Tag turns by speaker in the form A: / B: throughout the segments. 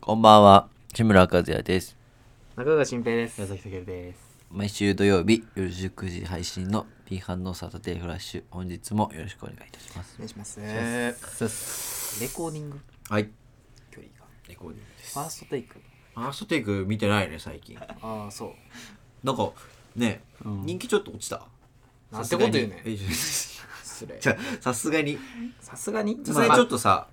A: こんばんは、志村和也です。
B: 中川新平です。矢崎健です。
A: 毎週土曜日夜19時配信の P 班のサタデーフラッシュ、本日もよろしくお願いいたします
B: お。願いします。レコーディング
C: はい。
B: 距離が。
C: レコーディングです。
B: ファーストテイク。
C: ファーストテイク見てないね、最近。
B: ああ、そう。
C: なんか、ね、人気ちょっと落ちた。
B: なんてこと言うねん
C: えいや
B: 失礼
C: じ。ゃあさすがに。
B: さすがに、
C: さすがにちょっ
B: と、
C: とさ、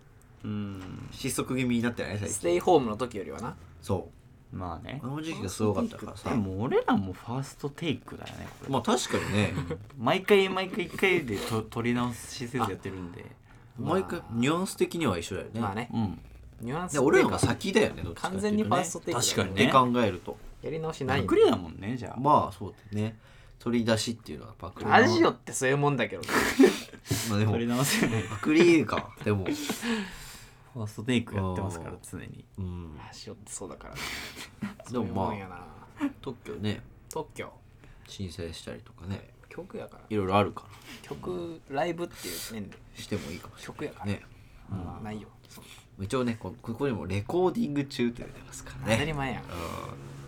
D: うん
C: 失速気味になってない最
B: ス
C: 近。
B: テイホームの時よりはな。
C: そ
D: まあね
C: う。あの時期がすごかったから
D: で
C: さ。
D: も俺らもファーストテイクだよねこれ、
C: まあ確かに ね、
D: 毎回毎回一回でと撮り直しせずやってるんで
C: 毎回ニュアンス的には一緒だよね。
B: まあね、
D: うん
B: ニュアンス
C: で俺らが先だよね、どっちかっていうとね
B: 完全にファーストテイクだ
C: 確かにね。って考えると。
B: やり直しな
D: パ
B: いよ
D: クリだもんねじゃあ、
C: まあそうだよね。取り出しっていうのはパクリ。
B: ラジオってそういうもんだけど。
C: まあでも
D: 撮、り直せない
C: パクリか。でも、
D: ファーストテイクやってますから常に
C: うん。
B: ラジオってそうだから。
C: でも
B: そういう
C: ま
B: んやな。
C: あ、特許ね、
B: 特許。
C: 申請したりとかね。
B: 曲やから。
C: いろいろあるか
B: 曲、ライブっていう面で。
C: らしてもいいかもし
B: 曲やから。
C: れないね
B: まあないよ。そう
C: 一応ねこここにもレコーディング中って出てますから
B: 当たり
C: ね
B: 前やん。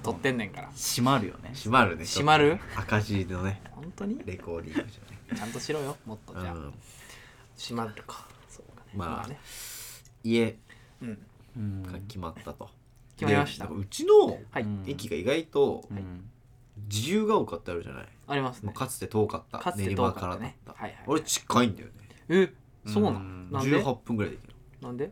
B: 撮ってんねんから。
D: 閉まるよね
C: 閉まるねちょっと
B: 閉まる
C: 赤字のね
B: 本当に
C: レコーディング中ね
B: ちゃんとしろよ、もっとじゃ
C: う
B: あ
C: ん。
B: 閉まるか。そうかね。
C: まあ
B: まあね。
C: 家
B: うん。
D: うん
C: が決まったと
B: 決まりました
C: でなんかうちの
B: はい。
D: うん
C: 駅が意外と
D: うん
C: 自由が多かったあるじゃない、
B: あります
C: ま
B: ね
C: あ。かつて遠かった
B: かつて
C: 練
B: 遠か
C: 馬
B: った
C: からだっ
B: ね
C: た、
B: はいはい
C: 俺近いんだよね
B: え、そうな
D: うんん
B: なんで
C: 18分ぐらいできる
B: なんで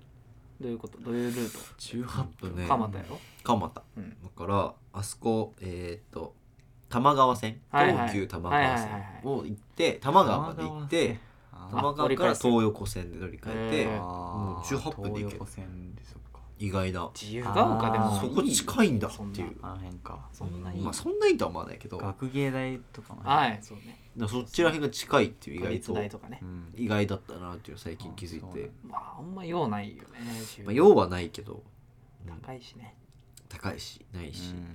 B: どういうことどういうルー
C: 18分ね
B: ト蒲田やろ
C: 蒲田
B: うん。
C: だからあそこえーっと玉川線
B: はいはい
C: 東急多摩川
B: はいはい
C: 線
B: はい
C: を行って多摩川まで行って
D: あ
C: 多
D: ー
C: 摩川から東横線で乗り換えて
B: あ折り返してへー
C: もう18分で行ける
D: 東横線でそっか
C: 意外な
B: 自由が丘でも
D: あー
C: そこ近いんだ
B: そん
C: っ
B: な
C: ていう
D: あの辺か
B: そんないい
C: まあそんないいとは思わないけど
D: 学芸大とかもね
B: はい、そうね。
C: でもそっちら辺が近いっていう意外
B: 都立大
C: と
B: とかね
D: う。ん
C: 意外だったなっていう最近気づい
D: あそうなん
C: て
D: だ
B: まあ、あんま用ないよね。
C: まあ用はないけどうん
B: 高いしね。
C: 高いしないし
D: うん
B: うん。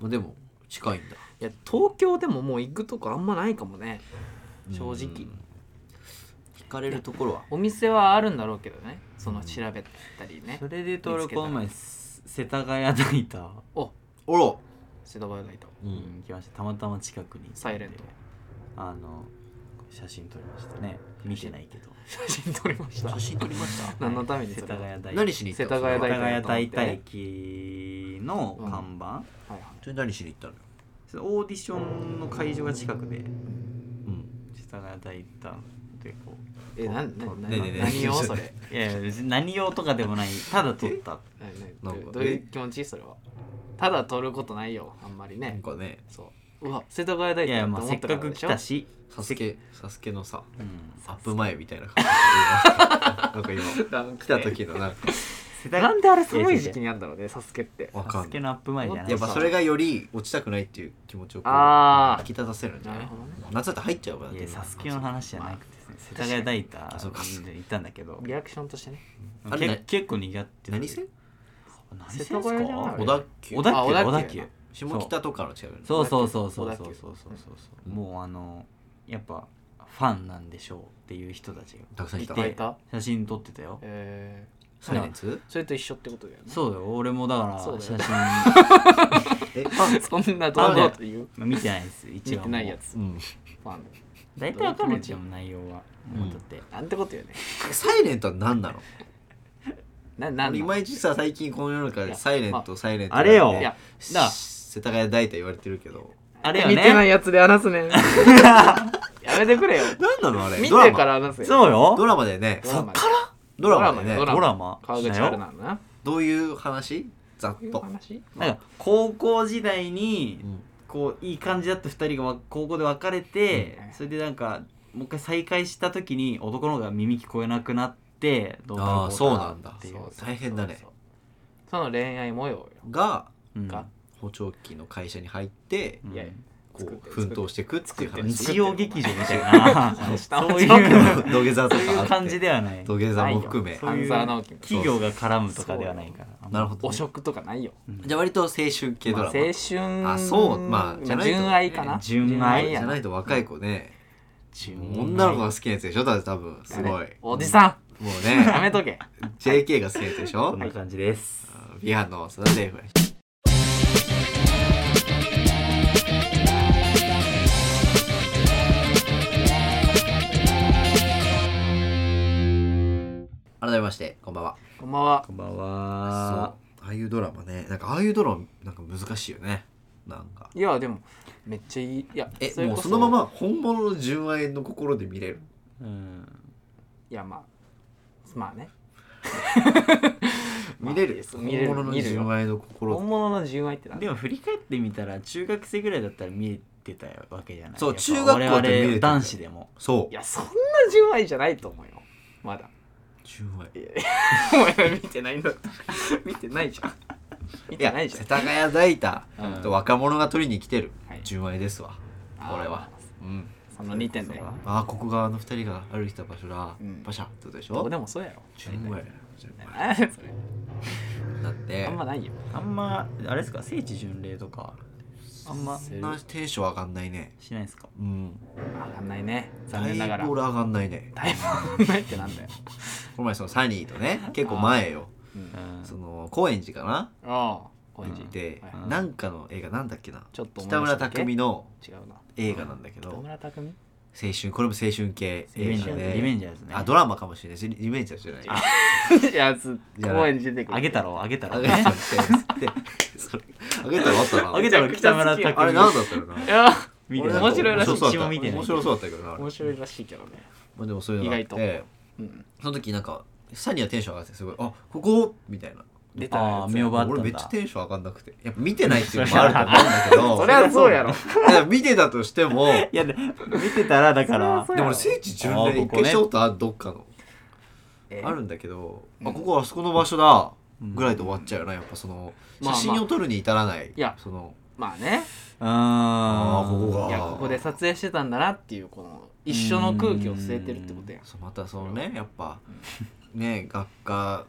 C: まあでも近いんだ
B: いや、東京でももう行くとこあんまないかもね。正直
C: うん惹かれるところは
B: お店はあるんだろうけどね。その調べたりね
D: そ。れで言うと俺
B: 見つけた
D: こ
B: ら
D: の前せ世田谷大田
B: お、
C: おろ
B: 瀬戸原大と。
C: う
D: に行きましたたまたま近くに
B: サイレント
D: あの写真撮りましたね見てないけ ど
B: 写真撮りました
C: 写。真撮りました
B: 何のために
D: 世
B: そ
D: 田
B: れは
D: 谷大
C: 何しに行ったの
B: 世田
D: 世
B: 谷大
D: 田谷大
B: 田
D: 田駅の看板、
B: はいはい。
C: それ何しに行ったのよ
D: そのオーディションの会場が近くで
C: うん
D: 世田谷大田でこう
B: え、なん、な、な、
C: ねえねえねえ
B: 何をそ れ。
D: いやいや別に何用とかでもないただ撮った
B: なな
C: なん
B: ど
C: か
B: どういう気持ちそれは。ただ撮ることないよ、あんま り
C: な
B: ね
C: ん。かね
B: そう。うわ、世田谷大
D: いや
B: だ
D: いやまあ
B: と
D: せ
B: 思
D: った
B: ら
D: か
B: で
D: く
B: し
D: 来
B: ょ
D: たし、
C: サスケサスケのさ
D: うん、
C: アップ前みたいな感じで なんか今
B: なんか
C: 来た時のなんか
D: 世田
B: なんであれ寒い時期
D: に
B: にあんだろうね、サスケって。
C: わか
D: サス
C: ん
D: ケ
C: ない
D: のアップ前じゃない
C: やっぱそれがより落ちたくないっていう気持ちをこう
B: あー
C: 引き立たせるんじゃな
B: ないるほどね
C: 夏だって入っちゃうから
D: いやサスケの話じゃなくてですね世田谷大田
C: あそうか
D: で行ったんだけど
B: リアクションとしてね。
C: あれ
D: 結結構にぎわってた
C: 何線
D: 何線です
B: 世田谷じゃない
D: か
C: 小田急
D: 小田
B: あ小
D: 急
B: 田急
D: 小田急
C: 下北とかの違うよね
D: そ
B: 小田
D: う
B: 急
D: そうそうそうそうそう
B: 小田急
D: そうそうそうもうあのやっぱファンなんでしょうっていう人たちが
C: たくさんいた
B: いっぱいいた
D: 写真撮ってたよ
B: え
C: サイレンツ
B: ー、それと一緒ってことだよね。
D: そうだよ俺もだから
B: そう
D: 写
B: だよ
D: 真
C: えあ
B: そんな堂々と言う
D: まあ見てないです一応
B: 見てないやつ
C: う。ん
B: ファン。
D: 大体わかるじゃん内容は
C: うん
D: もうだって
B: なんてことよね。
C: サイレントは何なの
B: な、なん
C: 俺い
B: の
C: まいちさ最近この世の中
B: いや
C: でサイレントサイレント
D: あれよ
C: って
B: いや
D: な
C: 世田谷大体言われてるけど
D: あれ
B: 見てない
D: よ
B: やつで話す ね。やめてくれよ。
C: 何なのあれ
B: 見
C: ドラ
B: て
C: マ
B: から話せ
D: ね
B: よ。
D: そう
C: ド
D: よ
C: ラマだよね
B: ドラマで
C: ドラマだよね
B: ドラマ
D: ドラマ
B: 川口
D: だ
B: 春
D: よ
B: なのな。
C: どういう話ざっ
B: こういう
C: と
B: 話
D: なんか高校時代に
C: うん
D: こういい感じだった2人がわ高校で別れて、
B: うん
D: それでなんかもう一回再会した時に男の方が耳聞こえなくなってどう
C: ああそうなんだ
D: っていう
B: そう
C: 大変だね
B: そうそうその恋愛模様よ。
C: が
D: うん
B: か
C: 補聴器の会社に入って
D: うん
B: いやいや
C: こ
B: 作っ
C: う
B: て
C: 奮闘していくっていう
B: 作って
C: 話
D: 日曜劇場みたいな
B: 下
D: そう
B: 下
D: いう
C: 土下座と
D: そう
C: かあっ
D: い
C: て
D: う感じではない
C: 土下座も含め
D: そうい
B: 半
D: う
B: 沢直樹みたい
D: 企業が絡むとかではないから
C: なるほど
B: 汚
C: ね
B: 職とかないよ。
C: じゃあ割と青春系ド
B: まあ
C: ラマ
B: 青春
C: あそうまあじゃないと
B: 純愛かな
D: 純
C: あ
D: 愛
C: れじ
B: や
C: ゃ
B: な
C: ないと若い子ね
D: ど
C: 女の子が好きなやつでしょだって多分すごい
B: おじさ
C: もうん
B: や
C: ね
B: めとけ
C: JK が好きなやつでし
D: こ
C: ょ
D: んな感じです
C: あ
A: ビハンのサタデーフラッシュ。
C: 改めましてこんばんは
B: こんばんは
D: こんばん
C: そう
D: は
C: ああいうドラマねなんかああいうドラマなんか難しいよねなんか
B: いやでもめっちゃいいいや
C: え
B: れ
C: も
B: こ
C: うそのまま本物の純愛の心で見れる
D: うん
B: いやまあまあね
C: 見れる、
B: まあ見れる
C: 本物の
B: 見るよ
C: 純愛の心
B: 本物の純愛ってなんだ
D: でも振り返ってみたら中学生ぐらいだったら見えてたわけじゃない
C: そう
D: やっぱ
C: 中学校って見えてたよ
D: 我々男子でも
C: そ
B: いやそんな純愛じゃないと思うよ まだ
C: う純愛
B: お前は見てないんだったら 見てないじゃん見
C: い
B: て
C: や
B: ないじゃ
C: 世
B: ん
C: 田谷大太
D: うん
C: と若者が取りに来てる、
B: はい
C: 純愛ですわ
B: あー
C: これはうん
B: その2点で
C: ああここがあの二人が歩いてた場所だ、
B: うん
C: パシャってことでし
B: ど
C: ょ
B: うでもそうやろ
C: 純愛純
B: 何やねんそれ
C: 愛だって
B: あんまないよ
D: あんまあれですか聖地巡礼とかあんま
C: そんなテンション上がんないね
D: しないですか
C: うん
B: 上がんないね残念ながら
C: だいぶ俺上がんないね
B: だいぶ上がんないってなんだよ
C: この前そのサニーとね結構前よ
D: うん
C: その高円寺かな
B: ああ高
C: 行
B: 円
C: っ
B: 寺
C: て、
B: はい
C: なんかの映画なんだっけな
B: ちょっと思い出した
C: 北村匠海の
B: 違うな
C: 映画なんだけど
B: 北
C: 青
B: 村匠海
C: 春これも青春系
D: リベ
C: 映
D: ンジャ
C: 画
D: ー
C: で
D: ズリベンジャーズね
C: あドラマかもしれないしリベンジャーズじゃない
B: いやつ
C: じゃない
B: 高円寺出てくる
D: あげたろあげた
C: あ
D: ろ
C: げ
D: ね
C: た らあげたらあったな
D: あげたろ北村匠海
C: あれ何だったのかない
B: や
D: 見て
C: 俺
D: な
C: なんか
D: い
B: 面白いらしい
C: 面白そうだった面白そうだ
D: 一応見てない
C: ったけどなあれ
B: 面白いらしいけどね
C: まあでもそういうのがあっ
B: 意外
C: て
B: うん
C: その時なんかサニーはテンション上がってすごいあここみたいな
B: 出た
D: あ
B: や
D: あ
B: つ
D: 見覚えあったんだ
C: 俺めっちゃテンション上がんなくてやっぱ見てないっていうのもあると思うん
B: そ
C: だ
B: りゃそうやろ
C: けどだから見てたとしても
D: いやで見てたらだから
B: それはそう
C: でも
B: やろ
C: 俺聖地巡
D: あ
C: 礼
D: ー
C: 一
D: ここ
C: 回
D: ね
C: したことあるどっかの
B: え
C: あるんだけどあここあそこの場所だ
D: うん
C: ぐらいで終わっちゃうよなやっぱその
B: まあま
C: 写
B: あ
C: 真を撮るに至らない
B: いや
C: その
B: まあね
D: あ
C: あーここが
B: いやここで撮影してたんだなっていうこの一緒の空気を吸えてるってことやん
C: そうまたそのねやっぱね学科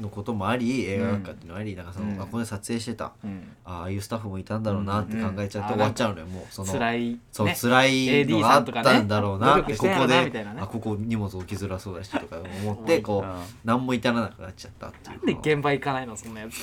C: のこともあり映画学科っていうのもありなんかそ
B: うん
C: のあここで撮影してた
B: うん
C: ああいうスタッフもいたんだろうなって考えちゃって
B: う
C: 終
B: ん
C: わっちゃうのよもうその
B: 辛い
C: そう
B: ね
C: 辛いの
B: AD
C: があ
B: さ
C: っ
B: んとかね
C: たんだろうな
B: 努
C: って
B: 力し
C: ここ
B: てんやろな
C: で
B: みたいなね
C: あここ荷物置きづらそうだしとか思 ってこ
D: うん
C: う何も至らなくなっちゃったっていう
B: なんで現場行かないのそんなやつ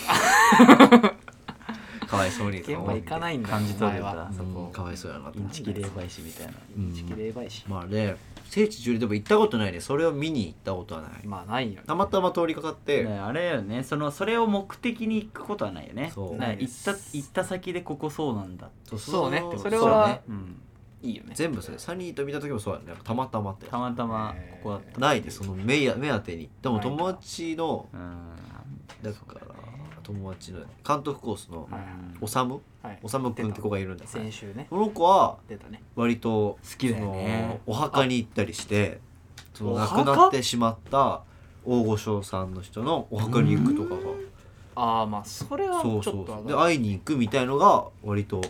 C: かわいそうに
B: 現場行かないんだ
D: 感じ取れた
B: お前はそ
C: うん
B: こ
C: かわいそうやなと
D: イ
C: 思
D: ン
C: って
D: チキ霊媒師みたいな
C: うん
B: 地球霊媒師
C: まあね聖地巡礼でも行ったことないねそれを見に行ったことはない
B: まあないよね
C: たまたま通りかかって、
D: ねあれよねそのそれを目的に行くことはないよね
C: そう
D: ね行った行った先でここそうなんだ
C: そう
B: そうね
C: の
B: それは
C: そうね
D: うん
B: いいよね
C: 全部それサニーと見た時もそうやねなんかたまたまって
D: たまたまここだった
C: ないでその目や目当てにでも
B: ないか
C: 友達の
D: うん
C: だから友達の監督コースの
B: はい
C: おさむ
B: はい
C: おさむくんって子がいるんだけど
B: 先週ね
C: この子は
B: 出たね
C: 割と
D: 好きだよね
C: そのお墓に行ったりしてその
B: お
C: 亡
B: 墓
C: くなってしまった大御所さんの人のお墓に行くとかが
B: ああまあそれはち
C: そ
B: ょっ
C: う
B: と
C: そう
B: あ
C: そう
B: の
C: で会いに行くみたいのが割と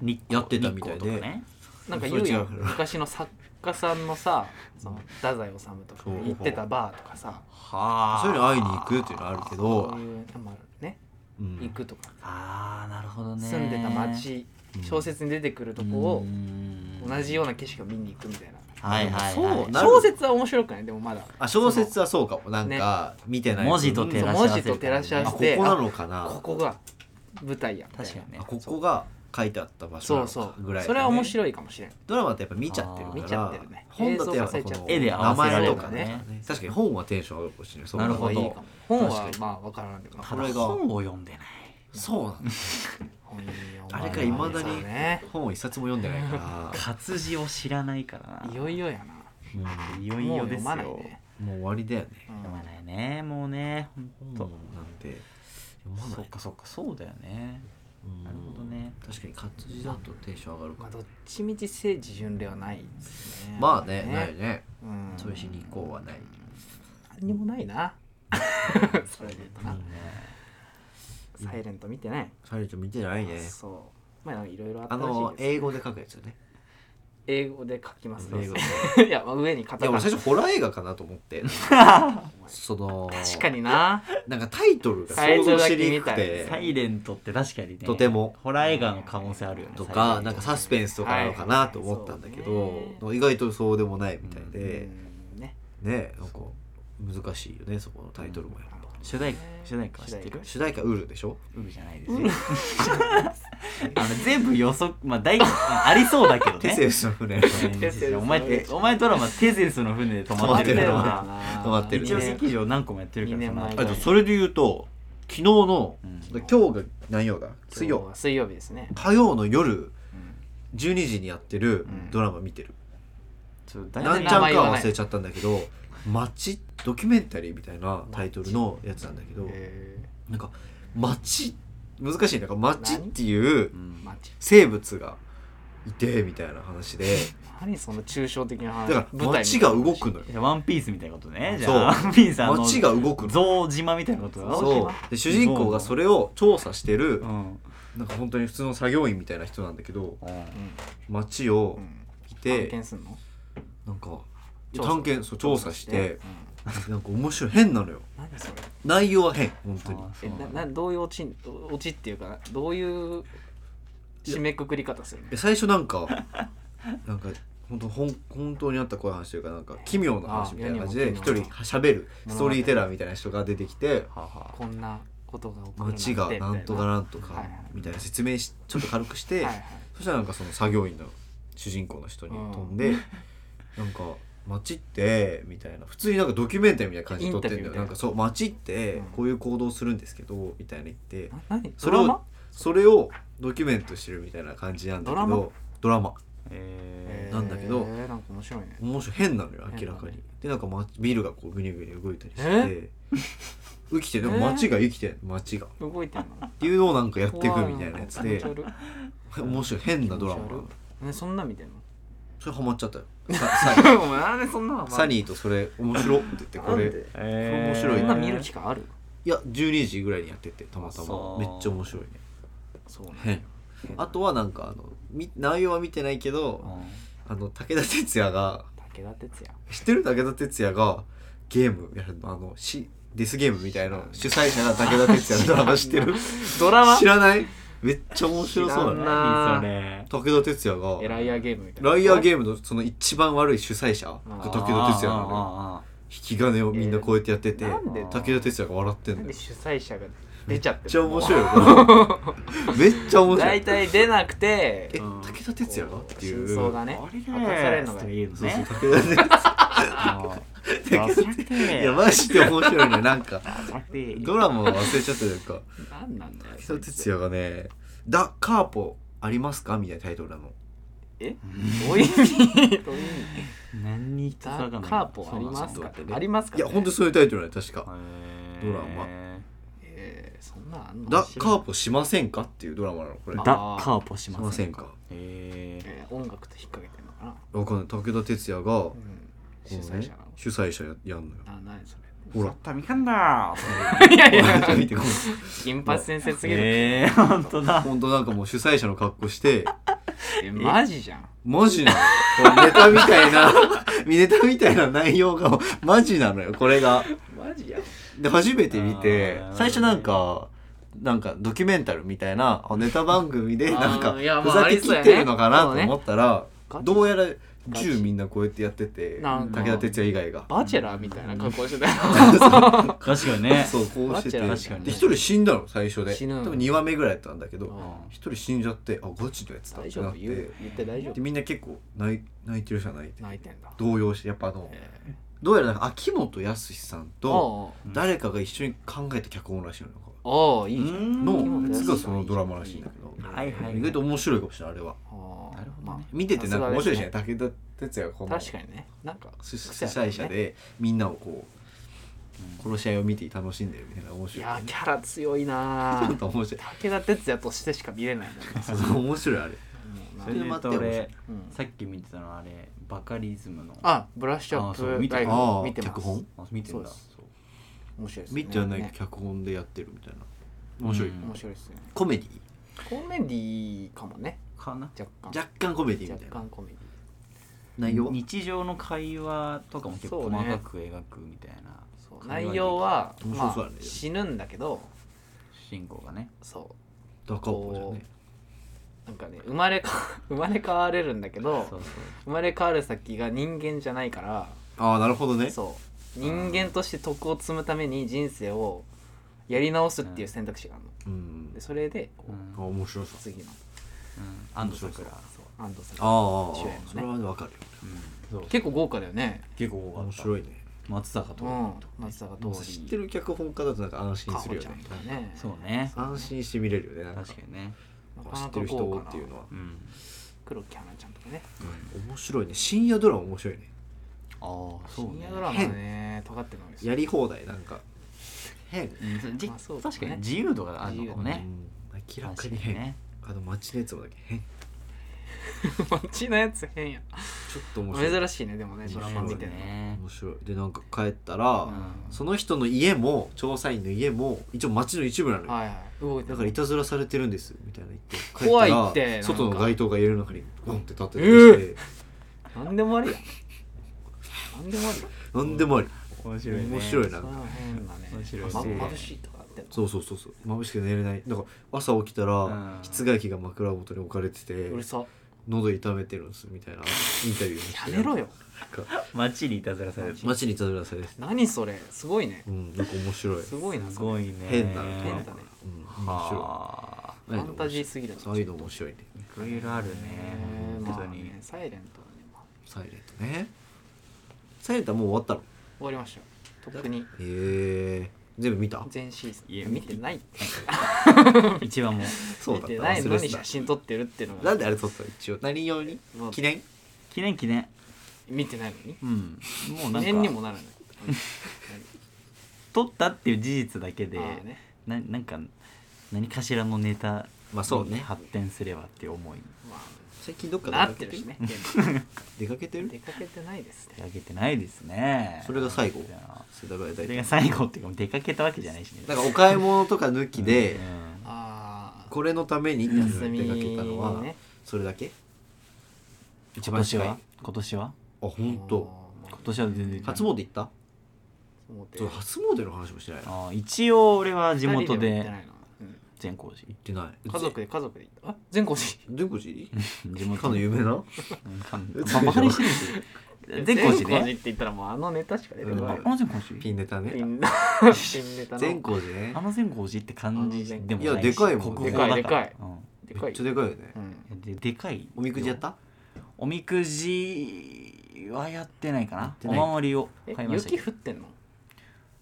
D: 日
C: やってたみたいで
D: 日光とかね
B: なんか言う
C: それ違
B: よ
C: う
B: 昔の作家さんのさその太宰治とか
C: そう
B: 行ってたバーとかさ
D: はあ
C: そういうの会いに行くっていうのはあるけ
B: そ
C: ど
B: う、いうまあね
C: うん
B: 行くとか
D: ああなるほどね
B: 住んでた町小説に出てくるとこを
D: うん
B: 同じような景色を見に行くみたいな
D: はいはいはい
C: そうなる
B: 小説は面白くないでもまだ
C: あ小説はそうかもなんか見てない
D: 文字と照らし合わせて
B: 文字と照らし合
C: あ
B: わ
C: こ
B: せて
C: こなのかな
B: ここが舞台やみたいな
D: 確かにね
C: あここが書いてあった場所な
B: そう
C: の
B: そ
C: か
B: う、
C: ぐらいだね、
B: それは面
C: い
B: 白いかもしれん
C: ドラマってやっぱ見ちゃってるから
D: あー
B: 見ちゃってるね
C: 本だとやっぱこ
B: 映像化されちゃ
C: の
B: って
D: る絵で合
C: 名
D: わせら
C: 前
D: れ
C: と
D: る
C: か
D: から
C: ね
D: ね
C: 確かに本はテンション上がるかもしれないそうだ
D: なるほど
B: いいかも本は
C: 確かに
B: まあ分からんけど
C: これが
D: 本を読んでない
C: そうなんだ
B: 本人は
C: あれか
B: ま
C: 未だ
B: そう
C: に
B: ね
C: 本を一冊も読んでない か
D: 活字を知らないからない
B: よいよや
C: ら、
D: い
B: な
D: よい
B: もう
D: よ
B: 読
D: です
B: ま
D: よ
B: ないね
C: うんもう終わりだよね
B: うん
D: 読まないねもうねほん
C: 本
D: と
C: なんて読ま
D: そ
C: な
D: っ
C: い
D: かそっかそうだよね
C: うん
D: なるほどね
C: 確かに活字だとテンション上がるか
B: ま
C: も
B: あどっちみち聖地巡礼はないですね
C: まあねないね
B: うん
C: そういう日に行こうはない、
B: 何にもな いなそれで言うとなサイレント見てない
C: サリちゃん見てないね
B: そうまあなんかいろいろあった
C: あ
B: らし
C: の
B: いです
C: 英語で書くやつよね
B: 英語で書きます
C: 英語で
B: いやまあ上にカ
C: い
B: タ
C: や俺
B: カナ
C: 最
B: 確
C: 初ホラー映画かなと思って その
B: かにな
C: なんかタイトルが
B: タイ
C: 想
B: トル
C: 像
B: だ
C: し
B: け
C: に
B: 見
C: く
B: た
C: く
B: い
C: て
D: サイレントって確かにね
C: とても
D: ホラー映画の可能性あるよね
C: と
D: サイレ
C: か
D: ント
C: なんかサスペンスとかなのかなと思ったんだけど、意外とそうでもないみたいで、
B: うんね
C: ねなんか難しいよねそこのタイトルもやっぱ、
D: 主題主題歌は知ってる
C: 主題歌ウルでしょ
D: ウルじゃないですよあの全部予測まあ大ありそうだけど
C: テセ
D: ね
C: ウスの船
B: テセウス
D: お前お前ドラマテセウスの船で止まってる
C: 止まってる
D: から
C: 止まってる
D: 一応席上何個もやってる
B: 2
D: から
B: 年前
C: あでもそれで言うと昨日の、
D: うん
C: 今日が何曜だ水
B: 今日
C: 曜
B: は水曜日ですね
C: 火曜の夜12時にやってるドラマ見てる、
D: その
C: な
D: 大
C: ん
D: 体
C: ちゃんか
B: 名前言わ
C: は
B: ない
C: 忘れちゃったんだけど「街ドキュメンタリー」みたいなタイトルのやつなんだけど
B: え
C: なんか「街」難しいなんか「街」っていう
D: うん
B: ーマジ
C: 生物がいてみたいな話で
B: 何その抽象的な
C: だ
B: 話
C: から街が動くのよ
D: いやワンピースみたいなことねじゃ
C: そう
D: あワンピースあの
C: 街が動くの
D: 象島みたいなことだろ
C: そうで主人公がそれを調査してる
D: うん
C: なんか本当に普通の作業員みたいな人なんだけど
D: うん
C: 街
B: う
C: を
B: ん
C: 来
B: 探
C: て
B: 検すんの
C: なんか
B: 調査
C: 探検そう調査して
B: うん
C: なんか面白い変なのよ
B: 何それ
C: 内容は変本当に
D: あ
B: え
D: そう
B: ななどういうオチオチっていうかどういう締めくくり方するの
C: え最初なんかなんか本当本本当にあった怖い話というかなんか奇妙な話みたいな感じ
B: あ
C: で
B: 世に
C: 一
B: も
C: 人
B: 奇妙な
C: 喋るストーリーテラーみたいな人が出てきて
D: はあはあ
B: こんなことが起こるんて
C: 街がなんとか
B: み
C: なんと
B: は
C: か
B: いはい
C: みたいな説明しちょっと軽くした
B: い
C: て、
B: なはいはい
C: そしたらなんかその作業員の主人公の人に飛んで、なんか街ってみたいな普通になんかドキュメンタリーみたいな感じで撮ってるんだ
B: インタビュー
C: よ
B: み
C: な
B: たいなん
C: かそう街って
B: うん
C: こういう行動するんですけどみたいな言って
B: な何
C: そ
B: そ
C: れ
B: れ
C: を
B: は
C: それをドキュメントしてるみたいな感じなんだけ
B: ドラマ
C: どドラマ
D: え
C: なんだけど
B: えーなんか面白いね
C: 面白い変なのよ明ら
B: 変
C: か
B: だ
C: に
B: ね
C: でなんか、ま、ビルがこうグニグニ動いたりして
B: え
C: 生きてる
B: え
C: 街が生きてる街がっ
B: 動いてんの
C: ていうのをなんかやっていくみたいなやつで
B: 怖いな
C: 面白い変なドラマ
B: 気持ち悪いねそん な見てんの
C: それハマっちゃったよさ サ
B: お前なんでそんなの
C: ニサニーとそれ面白って言ってこれ
B: なんで
D: ーえ
C: そ
D: ー
C: れ面白い
B: そんな見る機会ある
C: いや12時ぐらいにやっててたまたま
D: そう
C: めっちゃ面白いね
B: そう
C: 変あとはなんかあのみ内容は見てないけ
D: う
C: ど
D: ん
C: あの武田鉄矢が
B: 武田鉄矢
C: 知ってる武田鉄矢がゲームやるのあのしデスゲームみたいなの主催者が武田鉄矢のドラマ知ってる
B: ドラマ
C: 知らないめっちゃ面白そうだ
B: 知ら
C: ね
B: んな
D: 何それ
C: 武田鉄矢が
B: えライアーゲームみたいな
C: ライアー
B: ー
C: ゲームのその一番悪い主催者が武田鉄矢なのよ
D: あ
C: 引き金をみんなこうやってやってて、
B: えーなんで
C: 武田鉄矢が笑ってん
B: な
C: のよめ
B: んで
C: っ
B: 主催者が出ちゃってめ
C: ちゃ面白いよこ れめっちゃ面白い
B: 大体出なくて
C: え武田鉄矢がっていう
B: 真相がね
D: ああれで
B: 明かされるのが
D: いいの
C: そうそう
D: ね
C: 武田鉄
D: あー忘れて
C: 矢いやマジで面白いねなん か
D: 忘れて
C: ドラマを忘れちゃったというか
B: 何なんだよ
C: 武田鉄矢がね「ダ・カーポありますか?」みたいなタイトルなの
B: えどういう意味どういう意味
D: 何に
B: ダーカーポあります
C: そうな
B: か
C: んですよ
B: ありますか
C: いや本当にそういうタイトルなの確かドラマ
B: えーそんなんあ
C: 「
B: んの
C: ダ・カーポしませんか?」っていうドラマなのこれ
B: あ
D: だカーポし
C: し
D: ま
C: ま
D: せ
C: せ
D: ん
C: ん
D: か
C: か
D: へえ
B: えー音楽と引っ掛けてんのかな
C: わかんない武田鉄矢がこ
B: うん主
C: の
B: 催
C: ね
B: 者なの
C: 主催者ややんのよ
B: あ何 そ
C: ほら
D: たみかんだ
B: れいやいや
C: 見てこ
B: 金髪先生すぎる
D: ええ本当
C: の
D: だ
C: 本当なんかもう主催者の格好して
B: えマジじゃん
C: マジなのこれネタみたいな ネタみたいな内容がマジなのよこれが
B: マジやん
C: で初めて見て
D: あー
C: 最初なんかなんかドキュメンタルみたいなあネタ番組で
B: あー
C: なんか
B: いや
C: ふ
B: まあ
C: ざけきってるのかなと
B: ありそうやね
C: 思ったら、
B: そうね
C: どうやら銃みんなこうやってやってて
B: な
C: 武
B: んか
C: 田鉄矢以外が
B: バチェラーみたいな格好してたよ
D: 確かにね
C: そうこうしててで
B: バ
D: チェラー
C: 一人死んだの最初で
B: 死ぬ
C: 多分2話目ぐらいだったんだけど
B: うん
C: 一人死んじゃってあガチのやつだっ
B: 大
C: て
B: 丈
C: なっ
B: 夫
C: て
B: 言う言って大丈
C: で
B: 夫
C: みんな結構泣い泣いてる人は泣いて
B: 泣いてんだ
C: 動揺してやっぱあの
B: え
C: どうやらなんか秋元康さん
B: ー
C: と
B: おう
C: 誰かが一緒に考えた脚本らしいのよ
B: おういいじゃん
C: のやつがそのドラマらしいんだけど
D: はいはい
C: 意外と面白いかもしれないあれは
B: な
D: なるほどね
C: 見ててなんか面白いしね武田鉄矢がこの
B: 確かにねなんか
C: 主主
B: 癖ある
C: 催
B: よね
C: 者でみんなをこう殺し合いを見て楽しんでるみたいな面
B: い
C: 白い
B: やーキャラ強いな
C: ちょっ
B: ー
C: と面 白い
B: 武田鉄矢としてしか見れないもんね
C: そうそう面白いあれ
B: も
D: そうれ
B: な
D: でまた俺
B: うん
D: さっき見てたのあれバカリズムの
B: あブラッシュアッ
D: あそう見
B: プラ
D: て
B: イ
D: る
B: ブ
C: あ
B: 見
C: あ
B: てます
C: 脚本
D: あ見てんだ
B: そうです面白いですね
C: 見てはない
B: ね
C: けど脚本でやってるみたいな面白い
D: うん
B: 面白いですね
C: コメディ
B: コメディかもね
D: かな
B: 若干
C: 若干コメディみ
B: 若
C: たいな
B: 干コメディ
C: 内容は
D: 日常の会話とかも結構
B: そう
D: 細
B: ね
D: かく描くみたいな
B: そう内容は、
C: 面白
B: ま
C: そう
B: あ
C: だね、
B: 死ぬんだけど
D: 主人公がね
B: そ
C: ダカオポじゃね
B: うなんかね生まれか 生まれ変われるんだけど
D: そうそう
B: 生まれ変わる先が人間じゃないから
C: ああなるほどね
B: そう人間として徳を積むために人生をやり直すっていう選択肢があるの、
C: うん
B: でそれで
C: あ面白そう
B: 次の
D: うん安藤桜
B: そう安藤さん
C: ああああ
B: 主演のね
C: それはわかるよそう
B: 結構豪華だよね
D: 結構多か
C: 面
D: った
C: 白いね
D: 松坂
B: う
D: と
B: ん松坂桃
C: 知
B: 李
C: ってる脚本家だとなんか安
B: か
C: 心す
B: ほ
C: るよ
B: ちゃん
C: ね
B: とかね
D: そうね
C: 安心して見れるよねなんか
D: 確かにね
B: な
C: 知
B: か
C: っ
B: なか
C: てる人
B: 豪
C: を
B: 華
C: っ
B: な
C: ていうのは
D: うん
B: 黒木花ちゃんとかね
C: 面白いね深夜ドラマ面白いね
D: ああそう
B: 深
D: ね
B: 夜ドラマね尖ってるのです
C: やり放題なんか変
D: うんそれじ
B: まあそうだね
D: 確かに自由度があるのかもね
C: うん明らか
D: 確
C: に
D: かに
C: 変
D: ね
C: あの街のやつもだけ変ち
B: 街のやつ変や
C: ょっと面白い
B: 珍しいねでもね
C: 面
B: ド
C: 白い
B: ラマ
D: そう
B: 見
D: だ
B: てるの
D: ね
C: 面白いでなんか帰ったら、
D: うん
C: その人の家も調査員の家も一応街の一部なのよ、
B: はいはい動いて
C: だ
B: る
C: からいたずらされてるんですみたいな言って帰たら
B: 怖いってなんか
C: 外の街灯が家の中にボンって立ってたりして、
B: 何でもありや何でもあり
C: なんでもあり
D: 面白
C: 面白い
B: そ
C: な
B: う変なね
D: 面白いね
B: ま眩しいとかあって
C: そうそうそうそう眩しくて寝れないだから朝起きた
D: うん
C: ら室外機が枕元に置かれてて
B: うるさ
C: 喉痛めてるんですみたいなインタビューをして
B: やめろよ
C: なんか
D: 街にいたずらされる
C: 街にいたずらされて
B: 何それすごいね
C: うんなんか面白い
B: すごいな
D: す
B: それ
D: ごいね
C: 変な
B: 変だね
C: うん面白
D: あ
C: い
B: ファンタジーすぎる
C: ああいうの面白いね
D: ーいろいろあるね
B: えー
D: 本
B: ま
D: 当
B: あ
D: に
B: ねサイレントはねまあ
C: サイレントねサイレントはもう終わったの
B: 終わりましたよとっくに
C: へえ全部見た
B: 全シーズン
D: いや
B: 見てない
D: 一番もう
C: そう
B: 見
C: だった
B: てないの
C: 忘れ
B: に
C: てた
B: 写真撮ってるっていうの
C: な
B: が
C: んであれ撮ったの一応何用に
B: まあ
C: 記念
D: 記念記念
B: 見てないのに
D: うんもうな
B: 記念に
D: んか
B: もならない
D: 撮ったっていう事実だけで
B: あーね
D: ななんか何かしらのネタ
C: まあそう
D: に
C: ね
D: 発展すればっていう思いに
B: ま
C: 最近どっ
B: あ
C: か
B: なってるしね
C: 出かけてる
B: 出かけてないですね
D: 出かけてないですね
C: それが最後
D: いや
C: 世田谷
D: そ
C: 大
D: れが
C: 体
D: 最後っていうか出かけたわけじゃないしね
C: なんかお買い物とか抜きで
D: うん
B: ああ
C: これのためにって
B: 休み
C: 出かけたのは
B: ね
C: それだけ一
D: 今
C: 番
D: 年
C: 近いあ
D: は今年は
C: 本当
D: 今年は全然
C: 初詣行った
B: 表
C: そう初�詣の話もしないな行っ
D: あー一応俺は地元
B: 二人は行って
D: で
B: ないなうん
D: 善光寺
C: てない
B: 家族で家族で行ったあ全国寺
C: 全国寺
D: 地元
C: かの有名な
D: うんかん
C: うつ
D: ババカにしてるし善光
B: 善光
D: 寺
B: 寺
D: ね
B: って言ったらもうあのネタしか出てこない
C: うん
D: あの善光寺
C: ピンネタ
B: ピ
C: ね
B: ンピンネタの
C: 全国寺ね
D: あの善光寺って感じでもない
C: いやでかいもん
D: 国宝だから
B: でかいでで
D: う
B: か
C: めっ
B: い
C: ちゃでかいよね
B: うん
D: んででかい
C: おみくじやった
D: おみくじはやってないか
C: や
D: な
C: って
D: お
C: ない
D: 守りを
B: え
D: 買いましたけ
B: 雪
D: ど
B: 降ってんの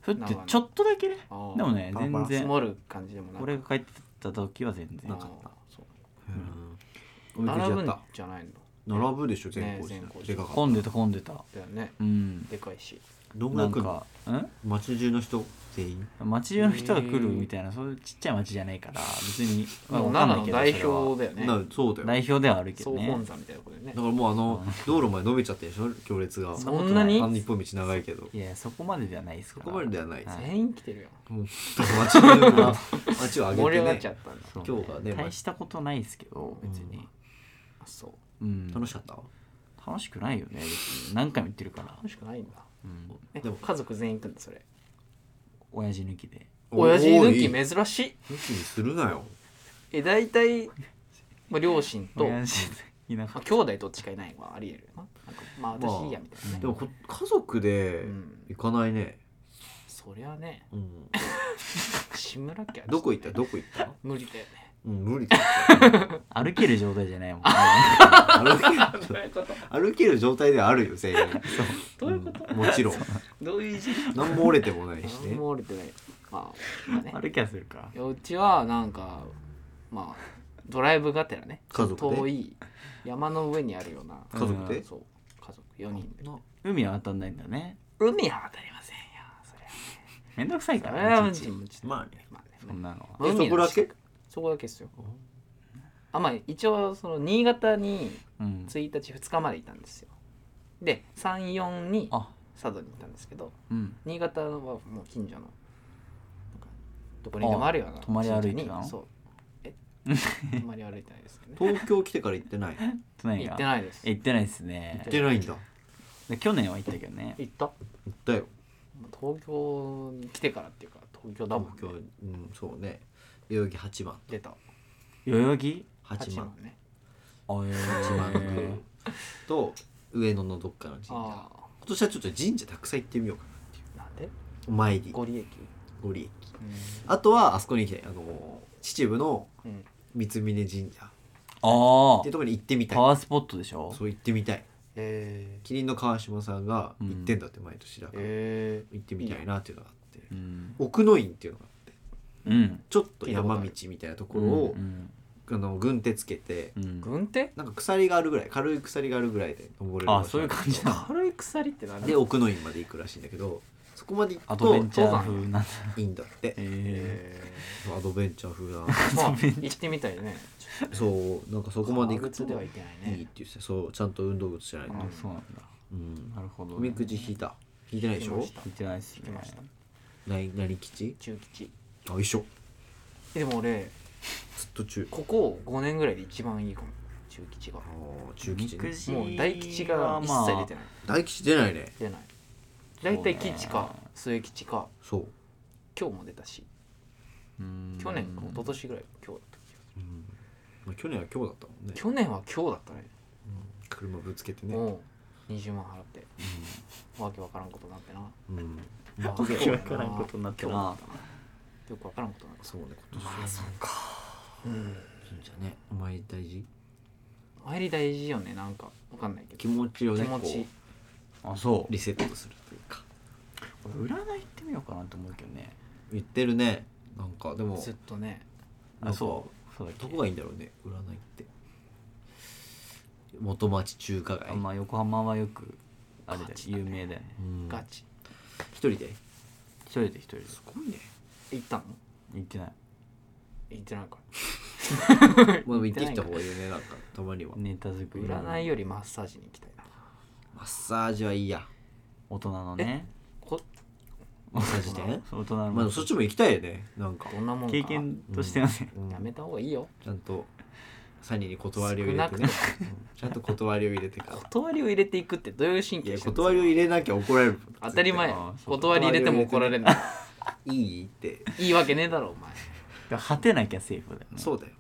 D: 降ってちょっとだけね
B: あー
D: でもね
C: パラパ
D: 全
C: ラ
B: 積
D: 然
B: もる感じでもなく
D: 俺が帰ってた時は全然
C: なかった
B: あーそう
C: うんおみくじ
B: 並
C: や
B: ぶ
C: っ
B: ん
C: た
B: じゃないの
C: 並ぶでしょ全国寺
B: ね善光寺
C: でかかった
D: 混んでた混んでた
B: だよね
D: うん
B: でかいし
C: どんぐ
D: な
C: らい
D: ん
C: 来るの
D: かうん
C: 街中の人全員
D: 町中の人が来るみたいなそういうちっちゃい町じゃないから別にまあ
B: もう
D: わかんな
B: 長野
D: いけど
B: 代
D: それは
B: 表だよね
C: なそうだよ
D: 代表ではあるけ
B: 総
D: どね
B: 本山みたいなことでね
C: だからもうあの道路まで伸びちゃってるでしょ行列が
B: そんなに
C: あの一本道長いけど
D: いやそこまでではないです
C: そ
D: から
C: こまでではない
D: は
B: 全員来てるよ
C: もう街の人が街を
B: 盛り
C: 上
B: 上が
C: げ
B: っち
C: て
B: ゃ
C: ね
B: ったんだ
D: そう
C: 今日がね
D: 大したことないですけど別に
B: あそう
D: うん
C: 楽しかった
D: 楽しくないよね別に何回も言ってるから
B: 楽しくないんだ
D: うん
B: え
C: でも
B: 家族全員行くんだそれ
D: 親父抜きで
B: 親父
C: め
B: 抜き珍しい
C: 抜きにするなよ
B: え大体まあ両親と
D: 親父いな
B: ま
D: か
B: あ
D: っ
B: 兄弟どっちかいないのはありえるよななんかまあ
C: まあ
B: 私いいやみたいなね
C: でもこ家族で
B: うん
C: 行かないね
B: そりゃね
C: うん
B: 志村家は
C: どこ行ったどこ行 った
B: 無理だよね
C: うん無理だよ
D: た歩ける状態じゃないもんね
C: 歩け
B: どういうこと
C: 歩ける状態ではあるよ全員
B: どういうこと
C: んもちろん
B: どういう意地
C: 何も折れてもないしね
B: も折れてないまあまあね
D: 歩きはするか
B: いやうちはなんかまあドライブがてらね
C: 家族で
B: 遠い山の上にあるような
C: 家族で
B: そう家族4人で
C: な
D: 海は当たんないんだね
B: 海は当たりませんよそ
D: めんどくさい
B: り
D: か
B: ゃ
D: ら
B: それは
D: ね
B: う
D: い
B: ち
D: ちいち
B: もち
C: まあね
B: まあね
D: そんなのは
B: まあ
C: えそこだけ
B: 海の近くそこだけですよあまあ一応その新潟に
D: うん
B: 1日2日までいたんですよで34に
D: あ
B: 佐渡に行ったんですけど
D: うん
B: 新潟はもう近所のなんかどこにでもあるような
D: あ泊まり歩いて
B: 神
D: たの
B: 社にそうえ 泊まり歩いてないですけどね
C: 東京来てから行って ない行
D: 何
B: 行
D: が
B: ってないです
D: え行ってないです
C: っ
D: ね
C: てないんだ
D: で去年は行ったけどね
B: 行った
C: 行ったよ
B: 東京に来てからっていうか東京だもん、
C: 東京うんそうね代々木八番
B: 出た
D: 代々木
C: 八
B: 八幡
C: 幡
B: ね
D: あえ
C: 八幡宮
D: ー
C: と上野のどっかの神社
B: あ
C: 今年はちょっと神社たくさん行ってみようかな
B: あなんで
C: お参り
B: ご利益
C: 五里駅あとはあそこに行きたいあの秩父の
B: うん
C: 三峯神社っ
D: あ
C: ていうところに行ってみ
D: あ
C: た
D: パ
C: い
D: ワースポットでしょ
C: そう行ってみたい
B: えー
C: キリンの川島さんが行ってんだって毎年だから、
B: え
C: 行ってみたいなっていうのがあって、
D: うん
C: 奥の院っていうのがあって
D: うん
C: ちょっと山道みたいなところを、
D: うん
C: あの軍手つけて、
D: うん
B: ー、軍手
C: なんか鎖があるぐらい軽い鎖があるぐらいで登れる
D: あ
C: 場所
D: そういう感じだ
B: 軽い鎖って何
C: で奥の院まで行くらしいんだけどそこまで行
D: ア
C: く
D: ドベン
C: と
D: チャー風なんだ
C: いいんだって
D: え
B: え
C: アドベンチャー風な
B: ー、 まあ行ってみたいね
C: そうなんかそこまで行く
B: 靴
C: と
B: ではいけないい
C: いっ
B: ね
C: て言ってたそうちゃんと運動靴じゃない
D: ー
C: と
D: あそうなんだ
C: うん
D: なるほど
C: おみくじ引いた引いてないでし
B: 引き
C: ょ
B: まし
D: 聞いてないっす
B: 聞き
D: ね
B: ました
C: 何何吉
B: 中吉
C: あ一緒
B: えでも俺
C: ずっと中
B: ここ5年ぐらいで一番いいかも中吉が
C: あー中吉
D: おみ
C: ね
D: くじ
B: もう大吉が一切出てない、
C: 大吉出ないね
B: 出ない大体吉
D: そう
B: か
D: ね
B: 末吉か
C: そう
B: 今日も出たし
D: うん
B: 去年か一昨年ぐらい今日だった気がす
C: うんまあ去年は今日だったもんね
B: る去年は今日だったね
C: 車ぶつけてね
B: もう20万払ってわけわからんことになってな
C: うん
B: わ
D: わけわからんことになってな
B: よくわからんことになって
C: そうね今年
D: あそうか
B: うん
C: じゃあねお前大事
B: 入り大事よねなんかわかんないけど
C: 気持ちを
B: 気
C: ね
B: 持
C: こ
B: ち
D: あそう
C: リセットするというか
D: う占い行ってみようかなと思うけどね
C: 言ってるねなんかでも
B: ずっとね
C: なんか
D: うそうだっけ
C: どこがいいんだろうね占いって元町中華街
D: あまあ横浜はよくあれだよ
B: ガチだね
D: 有名だよね
C: うん
B: ガチ
C: 一人で
D: 一人で一人です
C: ごい ね
B: 行ったの
D: 行ってない
B: 行ってないか
C: まあ行ってきた方がいいよねなんかたまには
D: ネタ作り
B: ら占いよりマッサージに行きたいな
C: マッサージはいい や
D: 大人のね
B: こ
C: マッサージ店
D: そう大人の、
C: まあそっちも行きたいよねなんか
B: どんなもんか
D: 経験としてはね、
C: うん
B: やめた方がいいよ
C: ちゃんとサニーに断りを入れてねうんちゃんと断りを入れてから
B: 断りを入れていくってどういう神
C: い
B: 経
C: や
B: してんの
C: 断りを入れなきゃ怒られる
B: 当たり前
D: あーそう
B: 断り入れても怒られない
C: いいって
B: いいわけねえだろお前
D: だから果てなきゃセーフだよね
C: そうだよ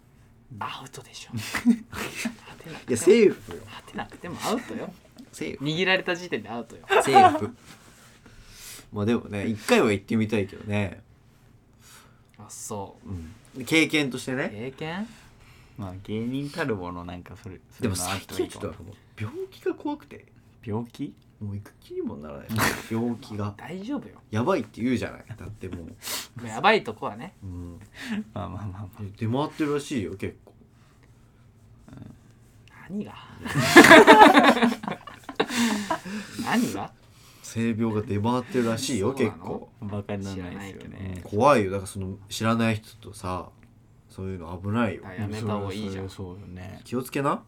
B: アウトでしょ当てなく
C: いや
B: ても
C: セーフよ
B: 当てなくてもアウトよ
C: セーフ
B: 握られた時点でアウトよ
C: セーフ まあでもね一回は行ってみたいけどね、
B: あそう
C: うん、経験としてね
B: 経験
D: まあ芸人たるものなんかそれそ
C: で
D: れ
C: も最近はちょっと
D: と
C: もう病気が怖くて
D: 病気
C: もう行く気にもな らない病気が
B: 大丈夫よ
C: やばいって言うじゃないだってもう、
B: まあやばいとこはね
C: うん、
D: まあまあまあまあ
C: 出回ってるらしいよ結構
B: 何が 何が
C: 性病が出回ってるらしいよ
B: そう
C: 結
B: なの
C: 構、
D: バカにならないですよ
C: うん
D: ね
C: 怖いよだからその知らない人とさそういうの危ないよ
B: あやめた方がいいじゃん
D: そうよね
C: 気をつけな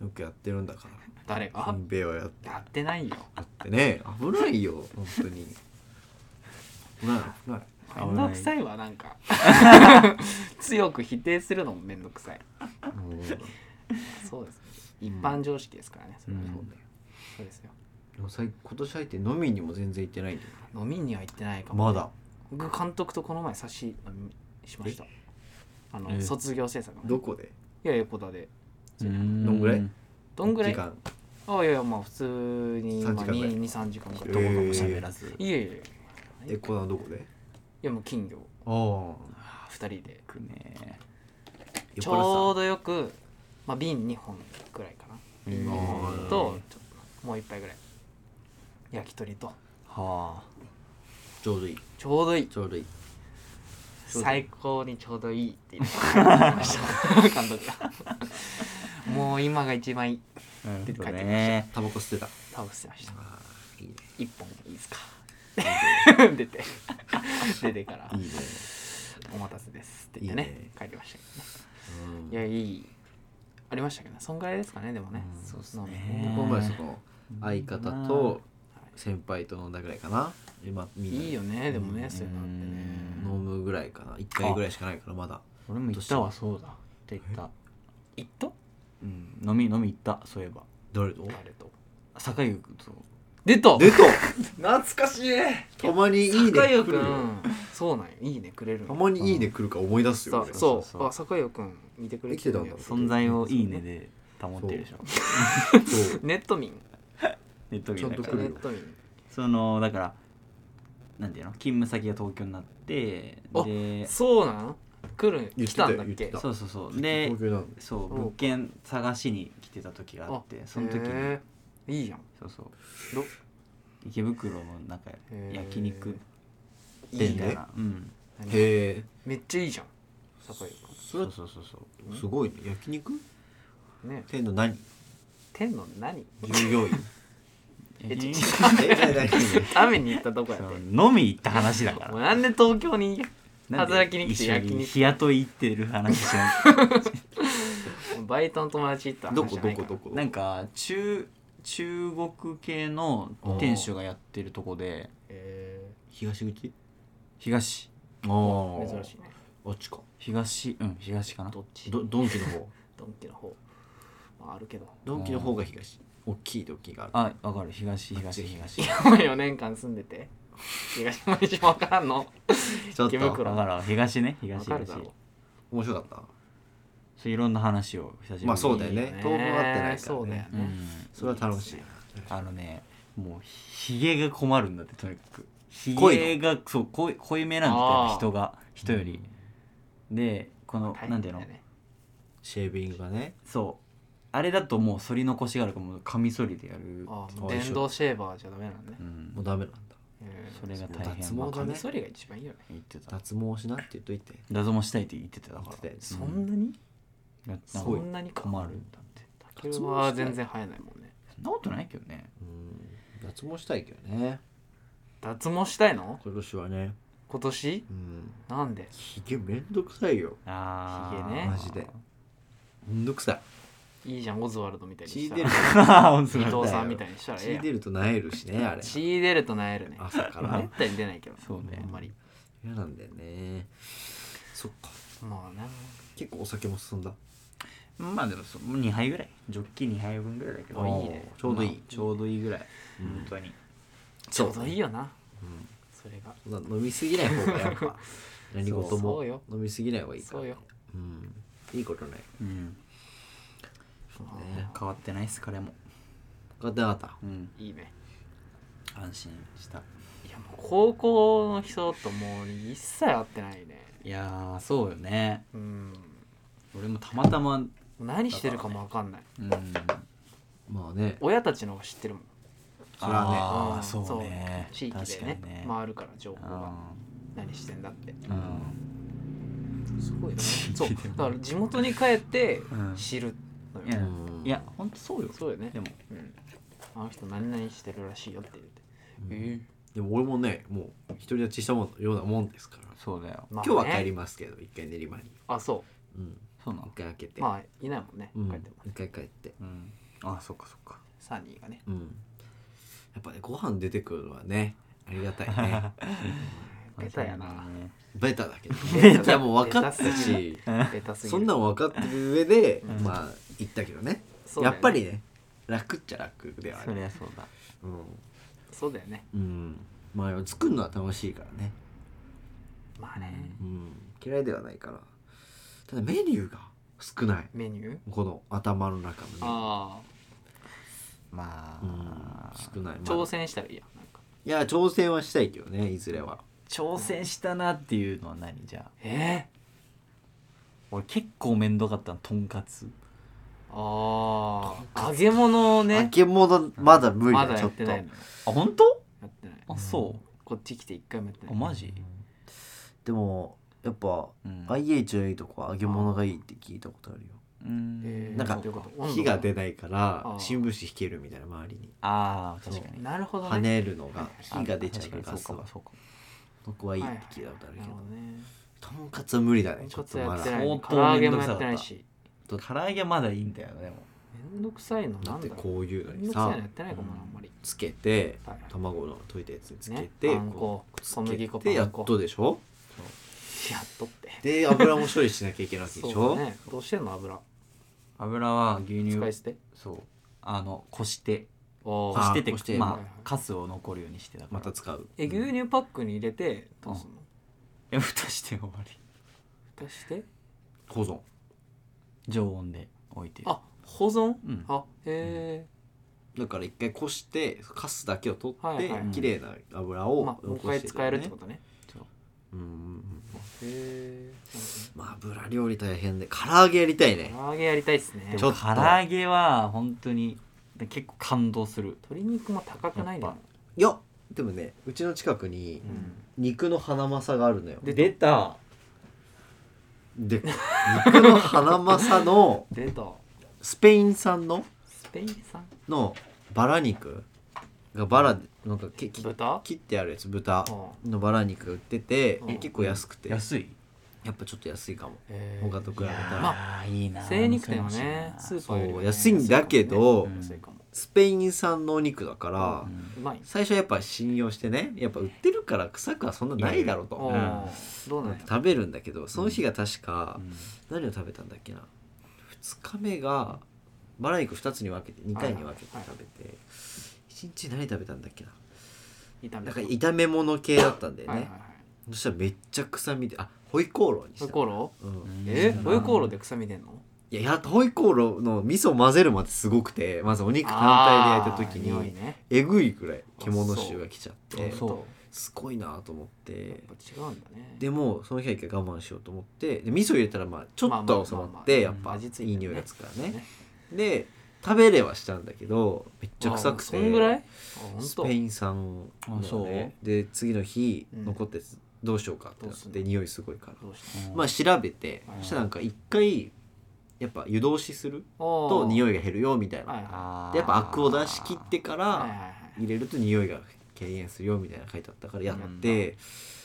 C: よくやってるんだから
B: 誰が
C: 金兵衛はやって
B: やってないよ
C: やってね危ないよ本当に危ない危ない
B: めんどくさいわな んか強く否定するのもめんどくさい
C: もう
B: そうですね一般常識ですからねそれは
D: うん
B: そうだよそうですよ
C: でも最今年入って飲みにも全然行ってないんだよ
B: 飲みには行ってないかも
C: まだ
B: 僕監督とこの前差し飲みしましたあの、
D: え
B: 卒業制作の
C: どこで
B: いや横田で
D: ど
C: んぐらい
B: どんぐらい
C: 時間
B: あいやいやまあ普通に
C: 三時間ぐらい
B: 23時間
C: え
B: ぐらい、
D: ど
C: ー
D: こかも喋らず
B: いやいやいやい
C: えこのどこで
B: やもう金魚
C: あ
B: 2人で
D: くね
C: あ
B: ちょうどよく、まあ、瓶2本ぐらいかな
D: え
C: ー
B: とちょっともう1杯ぐらい焼き鳥と
D: はあ
C: ちょうどいい
B: ちょうどいい
C: ちょうどいいそうだ
B: 最高にちょうどいい って言ってました監督が もう今が一番いい
D: なるほど
B: 帰ってき
D: ね
C: タバコ捨てた
B: 倒してました
C: ああいいね
B: 1本いいですか 出て出てから
C: いいね
B: 「お待たせです」って言ってね
C: いいね
B: 帰りましたけ
C: うん
B: どねいやいいありましたけどねそんぐらいですかねでもね
C: うん
B: そうっ
D: すね
C: この前その相方と先輩と飲んだぐらいかな今みんない
B: いよねでもねそういうのあって
C: 飲
B: ね
C: むぐらいかな1回ぐらいしかないからまだ
D: 俺も行ったわそうだって言った
B: 行った
D: うん飲み飲み行ったそういえば
C: 誰と
B: 誰と
D: 酒井君と
B: 出た
C: 出た
B: 懐かしい
C: たまにいいね
B: 酒井
C: 来る
B: く
C: よ
B: んそうなんよいいねくれる
C: た
B: の
C: まにいいね来るから思い出すよ
B: そ
C: 俺
B: う
D: そ
B: そうう
D: そう
B: あ酒井くん見てくれる
C: 生きてたん
D: 存在をいいねで保ってるでしょ
C: そう
B: ネット民
D: ネットゲ
C: ち
D: ー
C: ゃん
D: だ
C: と
D: か
C: 来
D: ら
C: る
B: ネ
C: よ
B: ット民
D: そのだからなんていうの勤務先が東京になって
B: あ
D: で
B: そうなん来る
C: 言って
B: 来たんだっ
C: 言って
B: け
C: た
D: そうそうそうで
C: 東京なん
D: そう
B: そう
D: 物件探しに来てた時があってその時に
B: へえいいじゃん
D: そうそう
B: ど
D: 池袋のなんか
B: へー
D: 焼肉
B: い
D: 店
B: い
D: み
B: ね
D: たいなうん
B: 何
C: へえ
B: めっちゃいいじゃん酒井
D: そ
C: そう
D: そうそうそう
C: れすごいね焼肉
B: 君ね
C: 店の何
B: 天の 何
C: 従業員
B: え
D: 焼肉
B: ち
C: え何
B: 食べに行ったとこや
D: そ
B: で
D: う飲み行った話だか
B: もう
D: ら
B: なんで東京に
D: なんで
B: 働きに来て焼
D: 一緒
B: 肉
D: に日雇い行ってる話しない
B: バイトの友達行った話
C: どこ
B: じゃな
C: ど
B: い
C: こ
B: から
C: どこ
D: なんか中中国系の店主がやってるとこで
B: へ
C: 東口
D: 東
C: あ
B: え
C: あ
B: 珍しいね
C: あっちか
D: 東うん東かな
B: どっち
C: どドンキの方
B: ドンキの方まああるけど
C: ドンキの方が東大きいドンキがある
D: あわかる東東東
B: 4年間住んでて東森島わからんの
C: ちょっ
B: 池
C: と
B: 袋
D: わからん東ね
B: わ
D: 東
B: かる
D: 東
B: だ
D: そ
B: ろ
C: 面白かった
D: ういろんな話を久しぶりに
C: まあそうだよね
B: いいよね
C: 東分合ってないからね
B: そうだよ
D: う
B: ね
D: ん
C: それは楽しい
B: いいで
D: あのねもうひげが困るんだってとにかくひ
C: 濃いの
D: げがそう濃い濃いめなんだ
B: あ
D: よ
B: ー
D: 人が人よりでこの
B: 大変だよね
D: なんていうの
C: シェービングがね
D: そうあれだともう剃り残しがあるからもうカミソリでやる
B: ああ
C: あ
B: もう電動シェーバーじゃダメなんね
D: うん
C: もうダメなんだ
B: へ
D: それが大
C: 脱
D: 変
C: 毛
D: まあ
B: え
C: だ
B: カミ
C: ね
B: ソリが一番いいよね
D: 言ってた
C: 脱毛しなって言っといて
D: 画像もしたいって言ってただから
C: 言って
B: そんなに
D: な
C: す
B: そ
C: ごい
B: んなにか
D: 困るんだって
B: 竹は全然生えないもんね
D: そんなことないけどね
C: うん脱毛したいけどね
B: 脱毛したいの
C: 今年はね
B: 今年
C: うん
B: なんで
C: ひげめんどくさいよ
D: あ
B: ー
D: ひげね
C: マジでめんどくさい
B: いいじゃんオズワルドみたいに
C: 血
B: した
C: 出る
B: ら
D: 本当
B: 伊
D: だ
C: よ
B: 藤さんみたいにしたらええ
C: 血
B: やん
C: 出るとなえるしねあれ
B: 血出るとなえるね
C: 朝か
B: めっ
C: ら
B: たに出ないけど
D: そうね
B: あんまり
C: 嫌なんだよねそっか
B: まあな
C: 結構お酒も進んだ
D: まあでもそう2杯ぐらいジョッキ2杯分ぐらいだけど
C: あいいねちょうどいい
D: まあちょうどいいぐらい本当に
B: ちょうどいいよな
C: うん
B: それが
C: そんな飲みすぎない方が やっぱ何事
B: そうそ
C: も
B: うよ
C: 飲みすぎない方がいいからね
B: そうよ
C: うんいいことない
D: うん
C: ね
D: 変わってないっす彼も
C: 分かってなかった
D: うん
B: いいね
D: 安心した
B: いやもう高校の人ともう一切会ってないね
D: いやーそうよね
B: うん
D: 俺もたまたまうん
B: 何してるかもわかんない
C: まあね
B: 親たちの方が知ってるもん
C: それはね
D: あ
B: ん
D: ーそうね
B: 地域で
D: 確か
B: ね
D: にね
B: 回るから情報が
D: あ
B: 何してんだって
D: ーうん
B: すごいよねそう
D: 地域で
B: だから地元に帰って
D: うん
B: 知るのよ、
D: いや
C: うん
D: いやほんとそうよ
B: そうよね
D: でも
B: うん、あの人何々してるらしいよって言って、
C: うん
B: え
C: でも俺もねもう独り立ちしたもんようなもんですから
D: そうだよ
B: まあね
C: 今日は帰りますけど一回練馬に
B: あそ
C: うん
D: そうな
C: 一
D: の
C: 回開け
B: う
C: て
B: まあいないもんね、
C: うん
B: 帰っても
C: 一回帰って
D: うんあそっかそっか
B: サニーがね
C: うんやっぱねご飯出てくるのはねありがたい ね
B: ベタやな
C: ベタだけど
B: ベ
C: ね
B: タ
C: いやもう分かって
B: ベ
C: た
B: タすぎ
C: し
B: ベタすぎ
C: そ
B: る
C: んなん分かってる上で
B: うん
C: まあ行ったけどね
B: そうだ
C: や
B: よね
C: っぱりね楽っちゃ楽ではあ
D: そ
C: る
D: りゃそうだ
C: うん
B: そうだよね
C: うんまあ作るのは楽しいからね
B: まあね、
C: うん嫌いではないからただメニューが少ない
B: メニュー
C: この頭の中のメニュー
B: あ
D: まあ
C: うん、少ない、
B: あ
C: まあ
B: 挑戦したらいいやんなんか
C: いや挑戦はしたいけどねいずれは
D: 挑戦したなっていうのは何じゃあ
B: え
D: 俺結構面倒かったのとんかつ
B: ー、ああ揚げ物を
C: 揚
B: ね
C: げ物まだ無理
B: ま
C: だ、ち
B: だや
C: ょ
B: っ
C: っと
B: てないのよ
D: あ本当
B: やってない
D: あそ
B: こっち来て一回もやって
D: う
B: な
D: あ
B: い
D: マジ
C: でもやっぱ、
D: うん
C: IH のいいとこは揚げ物がいいって聞いたことあるよ
D: うん
B: えー
C: なんか
B: どういうこと
C: 火が出ないから
B: あー
C: 新聞紙引けるみたいな周りに
D: ああ確かに
B: なるほど
C: 跳
B: ね
C: ねるのが
D: あ
C: 火が出ちゃうから
D: 確か
C: ガ
D: に
C: ス
D: そう
C: は
D: かそうか
C: そこはいいっ
B: はい
C: て聞いたことあるけ
B: な
C: ど
B: るほどね
C: とんかつは無理だねちょ
B: とん
C: っ
B: かつ
C: と
B: や
C: ま
B: って
C: だ
B: ないね唐
D: 相当
B: 揚げ
D: 面倒
B: も
D: く
B: や
D: さか
B: っ
D: ってた
B: ないし
D: 唐揚げまだいいんだよねでも
B: めんどくさいの
C: だ
B: な
C: っ
B: ん
C: て
B: だろう
C: こういうの
B: めんど
C: に
B: くさい
C: さ
B: のやってないかもなあんまり
C: つけて
B: はい
C: 卵の溶いたやつにつけ
B: ね
C: て
B: パン粉
C: こう
B: 小麦粉
C: つけて
B: パ
C: や
B: ン
C: っ
B: 粉
C: とでしょ
B: やっとって
C: で油も処理しなきゃいけないわけでし
B: そ
C: ょ
B: うだねどうしてんの油
D: 油は牛乳
B: 使い捨て
D: そうあのこして
B: あ
D: こ
B: あ
C: あ
D: してて
C: こして
B: はい
D: ま
B: はい
D: あカスを残るようにしてだから
C: また使う
B: え牛乳パックに入れてどうすんの
D: え蓋して終わり
B: 蓋して
C: 保存
D: 常温で置いてる
B: あ保存
D: うん
B: あへえ
C: だから一回こしてかすだけを取って、
B: はいはい
C: 綺麗な油
B: う
C: を
B: んまあ、もう一
C: 残
B: 回
C: して
B: 使えるって
C: と
B: ことね
C: うんうんうん
B: へ
C: まあ油料理大変で唐揚げやりたい
B: え
C: ね
B: 唐揚げやりたいっすね
C: ちょっと
D: 唐揚げは本当に結構感動する
B: 鶏肉も高くない
D: や
B: の
D: っ
C: いやでもねうちの近くに肉のハナマサがあるのよ
B: 出た
D: 出た
C: で肉のハナマサの
B: 出た
C: スペイン産の
B: スペイン産
C: のバラ肉がバラなんかきき
B: 豚
C: 切ってあるやつ豚
B: う
C: のバラ肉が売ってて
B: うん
C: 結構安くてや
D: 安い
C: っぱちょっと安いかも
B: え
C: 他と比べた
D: いやー
C: ら
D: いいな
B: 精肉店はねスーパーよりも
C: そ
B: ね
C: う安いんだけど
B: 安いかもね
C: スペイン産のお肉だから
D: うん
B: うまい
C: 最初やっぱ信用してねやっぱ売ってるから臭くはそんなないだろう
B: お
C: と
B: ーどうなんや
C: 食べるんだけどその日が確
D: う
C: か
D: ん
C: 何を食べたんだっけな2日目がバラ肉2つに分けて2回に分けて
B: はいはい
C: 食べて1日何食べたんだっけな
B: 炒
C: な
B: め
C: んか炒め物系だったんだよ
B: はいはい
C: ね
B: はい
C: そしたらめっちゃ臭みであホイコーローにし
B: ホイ
C: た
B: コーロ
C: うん
B: ーえ
D: うん
B: ホイコーローで臭み出んの
C: いややホイコーローの味噌混ぜるまですごくてまずお肉単体で焼いた時
B: あー匂い
C: に
B: ね
C: えぐいくらい獣臭が来ちゃって
B: あ
D: そう
C: すごいなと思っ
B: やってぱ違うんだね
C: でもその日は一回我慢しようと思ってで味噌入れたらまあちょ
B: まあ
C: っ
B: まあ
C: と収ま
B: まあ
C: っ
B: まあ
C: てやっぱ
B: 味付い
C: い
B: て
C: い匂
B: るね
C: いがつくから
B: ね
C: ねで食べれはしたんだけどめっちゃ臭くて
B: あそんぐらいあほんと
C: スペイン産
D: あそ
C: の
D: う
C: ねで次の日
B: うん
C: 残ってどうしようかってなっ
B: どうすん
C: て
B: の
C: 匂いすごいから
B: どうし
D: うん
C: まあ調べて
B: うん
C: そしたらなんか一回やっぱ湯通しする
B: たと
C: と匂
B: い
C: いが減るよみたいな
B: はいは
D: あー
C: でやっぱアクを出し切ってか
B: いはいはい
C: ら
B: はい
C: 入れると匂いが軽減するよみたいなの書いてあったからやって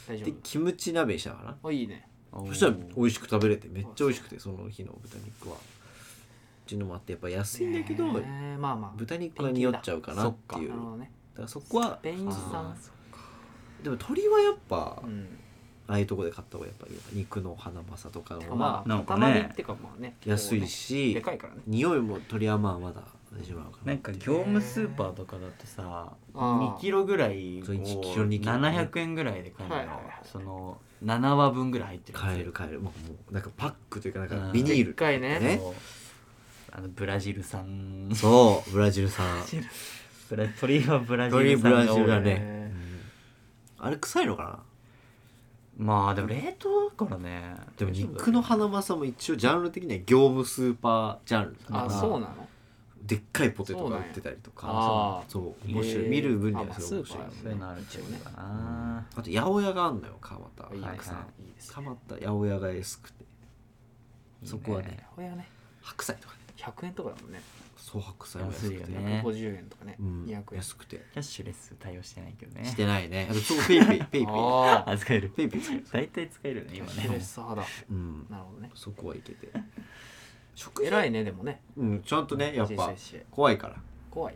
B: 大丈
C: でキムチ鍋にしたから
B: 夫あいいね
C: そしたら美味しく食べれてめっちゃ美味しくてその日の豚肉はっていうのもあってやっぱ安いんだけど
B: ねえまあまあ
C: 豚肉が匂っちゃうかなっていうだ
B: なるほどね
C: からそこは
B: スペイン産
C: でも鶏はやっぱ
B: うん
C: ああいうとこで買った方がやっぱいいよ肉の花まさとかの
B: て
C: 方
B: か
C: が
B: まあ
D: なんかね
B: 塊ってかまあね
C: 安い
B: こうね
C: し
B: でかいからね
C: 匂いも鶏はまあまだ味わうかな
D: なんか業務スーパーとかだとさ2キ
B: ロ
D: ロぐらいを
C: そう1キロ2キロ
D: 700円ぐらいで買えるの、
B: はいはいはい
D: その7話分ぐらい入ってるやつ
C: 買える買えるもうもうなんかパックというかなん
D: う
C: か
D: ん
C: ビニー
B: でっ
C: ル
B: かいね
C: ね
D: そうあのブラジル産
C: そうブラジル産
D: ブラ鳥はブラジ
C: 鶏
D: ル
C: ブ
D: 産が多
C: ラ
D: い
C: ジルだ
B: へ
C: ねうんあれ臭いのかな
D: まあでも冷凍だからね
C: でも肉のハナマサも一応ジャンル的には業務スーパージャンルだ
B: あ
C: から
B: そうなの
C: でっかいポテトが売ってたりとか
B: あー
C: そう
B: へー
C: 面白い見る分に
B: あ
C: は
B: まあ
C: すごい面白い
B: スーパー
D: そういうのあるっちゃうかな、
C: あと八百屋があんのよ蒲田
B: いい
C: 白山
B: いいですね
C: 蒲田八百屋が安くて
D: いいね
C: そこはね
B: これはね
C: 白菜とかね
B: 100円とかだもんね
C: そう白菜も安く
D: 安い
C: て
D: よね
B: 150円とかね
C: うん
B: 200円
C: 安くて
D: キャッシュレス対応してないけどね
C: してないねあと超ペイペイペイペイ
B: ああ
D: あ使える
C: ペイペイ使える
D: 大体使えるよね今
B: ヘル
D: ね
B: ス派だ
C: うん
B: なるほどね
C: そこはいけて食材
B: 偉いねでもね
C: うんちゃんとねやっぱ
B: 人生史
C: 怖いから
B: 怖い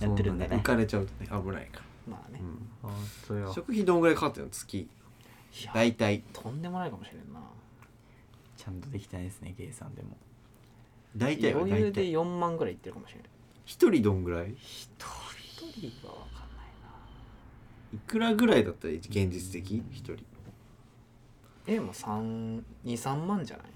D: やってるんだね
C: そな浮かれちゃうとね危ないか
B: まあ
C: ら
B: ね
C: うん
D: 本当よ
C: 食費どんぐらいかかってるの月
B: いや
C: 大体
B: とんでもないかもしれんな
D: ちゃんとできてないですね計算でも
C: 大体は
B: 余裕
C: 大
B: で
C: 体
B: 4万ぐらいいってるかもしれない
C: 一人どんぐらい
B: 一人一人は分かんないない
C: くらぐらいだったら現実的一人
B: でも323万じゃない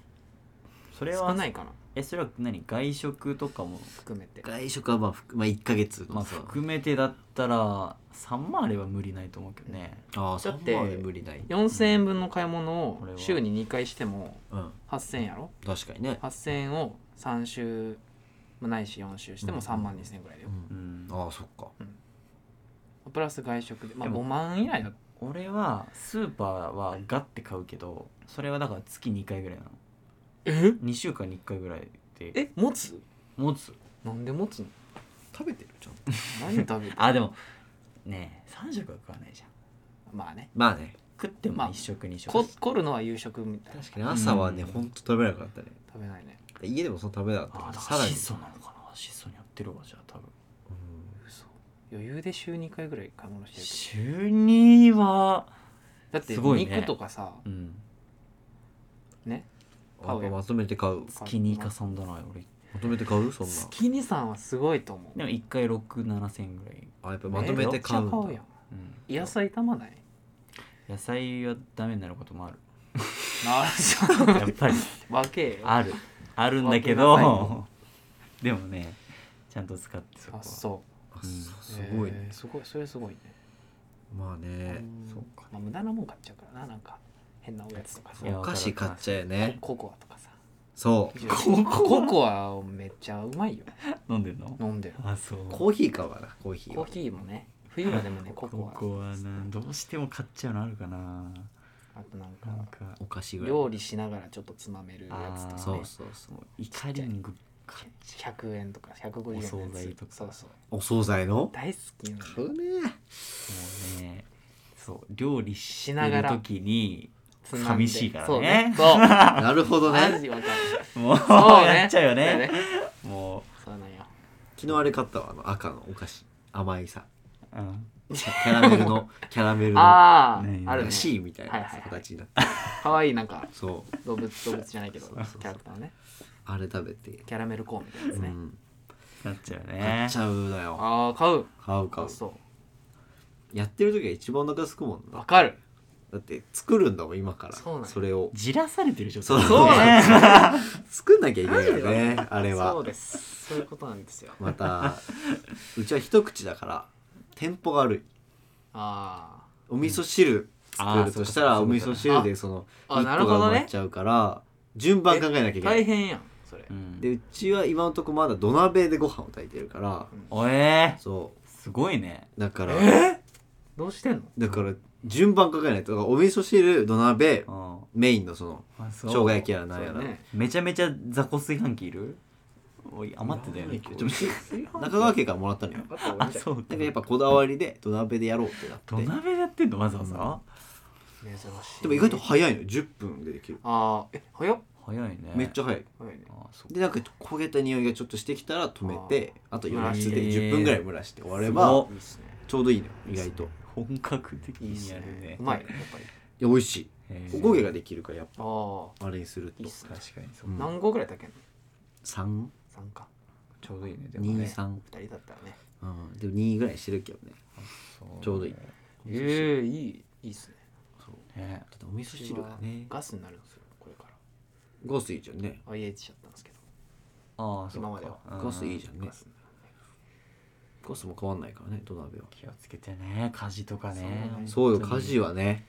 D: それ
B: 少
D: は
B: ないかな
D: えそれは何外食とかも
B: 含めて
C: 外食はまあ、ふくまあ、1か月
D: まあ、
C: さ
D: 含めてだったら3万あれば無理ないと思うけどね、
C: ああ
B: だ
C: そ
B: って
C: こまで無理ない
B: 4000円分の買い物を
D: これは
B: 週に2回しても
C: うん
B: 8000やろ
C: 確かにね
B: 8000円を3週まあないし4週しても
C: うん
B: 3万2000円ぐらいだ
C: う
B: よ、
D: うんん、
C: ああそっか
B: プラス外食で、まあ、
D: でも
B: 5万円以内だ
D: 俺はスーパーはガッて買うけどそれはだから月2回ぐらいなの
B: え
D: 2週間に1回ぐらいで
B: え持つ
D: 持つ
B: なんで持つの
C: 食べてるちゃんと
B: 何食べる
D: あでもねえ3食は食わないじゃん
B: まあね
C: まあね
D: 食っても
B: まあ
D: 1食2食、
B: こ凝るのは夕食みたいな
C: 確かに朝はね、
D: うん
C: ほんと食べなかったね
B: 食べないね
C: 家でもその食べなかった
D: あ
C: から
D: だか
C: さ
D: ら
C: らに
D: 質素なのかな質素にやってるわじゃあ多分
C: うん
B: 嘘余裕で週2回ぐらい買い物してるけ
D: 週2は
B: どだって
D: すごいね
B: 肉とかさ
D: うん
B: ね買
C: やっ
B: うよ
C: ぱまとめて買う
D: 月2か3だな俺
C: まとめて買うそんな
B: 月にさんはすごいと思う
D: でも1回67000円ぐらい、
C: あやっぱまとめて買うん
B: めっちゃ買う
C: だ
B: やん
D: うん、
B: 野菜たまない
D: 野菜はダメになることもある
B: な
D: やっぱり
B: わけよ
D: あるあるんだけ
B: わかり
D: どでもねちゃんと使ってそこ
B: あ
D: は
B: そ
C: あ
D: うん
C: そう
B: う
C: すごい
B: え
C: ね
B: ーすごいそれすごいね
C: まあね
B: そうか、まあ、無駄なもん買っちゃうからななんか変なおやつとかさ
D: いや
C: お菓子買っちゃえね
B: ココアとかさ
C: そう
B: コココアめっちゃうまいよ
D: 飲んでんの
B: 飲んでる
D: あそう
C: コーヒー買うわなコーヒー
B: コー
C: は
B: ヒーもね冬はでもねココ
D: ここはなどうしても買っちゃうのあるかな
B: アあとなんか
D: なんか
C: お菓子ぐらい
B: 料理しながらちょっとつまめるやつとか、ね、
C: そうそうそう
D: 怒りにグ買っちゃ
B: 100円とか150円
D: お
B: の
D: 惣
B: やつ
D: 菜とか
B: そうそう
C: お惣菜の
B: 大好きなの
C: 買うね
D: うもうねそう料理し
B: してなが
D: る
B: ら
D: 時に
B: つまんで
D: 寂しいからね
B: そうそ
C: なるほ
B: う
C: ど
B: マ
C: ね
B: ジわかる
D: もう
B: そうね
D: やっちゃうよ
B: そう
D: ね
B: ね
D: もう
B: そうなんよ
C: 昨日あれ買ったわあの赤のお菓子甘い さ
D: うん
C: キャラメルのキャラメルのあ
B: ああ、
D: ね
B: あるね
C: の C みたいな
B: はいはいはい
C: 形になって
B: 可愛いなんか
C: そう
B: 動物動物じゃないけどキ
C: そうそうそう
B: ャラクターのね
C: あれ食べて
B: キャラメルコーンみたいなやつ
C: う
B: ね、
C: ん
D: なっちゃう
C: 買
D: ね
C: っちゃうだよ
B: ああ買う
C: 買う買
B: あ
C: う
B: そ
C: やってる時が一番お腹すくもん
B: うわ
C: な
B: かる
C: だって作るんだもん今から
B: そうなんや
C: それを
D: じらされてる状
C: そう
D: 態
C: そう
D: ね
C: 作んなきゃいけないよねあれ
B: そう
C: は
B: ですそういうことなんですよ
C: またうちは一口だからテンポが悪い
B: あ
C: お味噌汁作るとしたら
D: あーそう
C: お
D: か
C: 味噌汁でその
B: ああな
C: 1
B: る
C: 個が
B: ほど
C: 埋ま
B: ね
C: っちゃうから順番考えなきゃいけな
B: 大
C: い
B: 変やんそれ、
D: うん
C: でうちは今のとこまだ土鍋でご飯を炊いてるから
D: おえー
C: そ
D: すごいね
C: うだから
B: どうしてんの
C: だから順番考えないとだからお味噌汁土鍋
D: うんあ
C: メインのその
D: そ
C: 生
D: う
C: 姜焼きやらなんやら、
B: そうね
D: めちゃめちゃ雑魚炊飯器いるおい余ってたよね
C: ちょっと待 って中川家からもらったのよ
B: あと
D: あそう
C: だ
D: か
C: からやっぱこだわりで土鍋でやろうってなって
D: 土鍋でやってんのわざわざ
B: 珍しい
C: でも意外と早いのよ10分でできる
B: ああえ早っ
D: 早いね
C: めっちゃ早い
B: 早いね
D: あそう
C: でなんか焦げた匂いがちょっとしてきたら止めてあと余熱で
D: へ
C: 10
D: ー
C: 分ぐらい蒸らして終われ
D: す
C: ば
D: ご
B: いいっすね
C: ちょうどいいのよ意外とい
D: 本格的
B: いいっ
D: に
B: す
D: やる
B: ね
D: ね
B: うまいねやっぱり
C: や美味し
D: へ
C: い
D: ー
C: おこげができるからやっぱ
B: あ
C: あれにする
B: あいい
C: と
B: っすね
D: 確かにそううん
B: 何号ぐらいだっけ
C: 3
B: 3か
D: ちょうどいいねでも
C: 2
D: ね
C: 3
B: 2人だったらね
C: うんでも2ぐらいしてるけどねちょうどいい
B: ええいいいいっすね
D: ね
C: だってお味噌汁がね
B: ガスになるんですよこれか
C: ガスいいじゃんね
B: ら IH だったんですけど
D: ああそうか
B: 今までは
D: うん
C: ガスいいじゃんね
B: ガスになる
C: ガスも変わんないからね土鍋は
D: 気をつけてね火事とかね
B: そうね
C: そうよ
D: 本当
C: 火
D: に
C: 事はね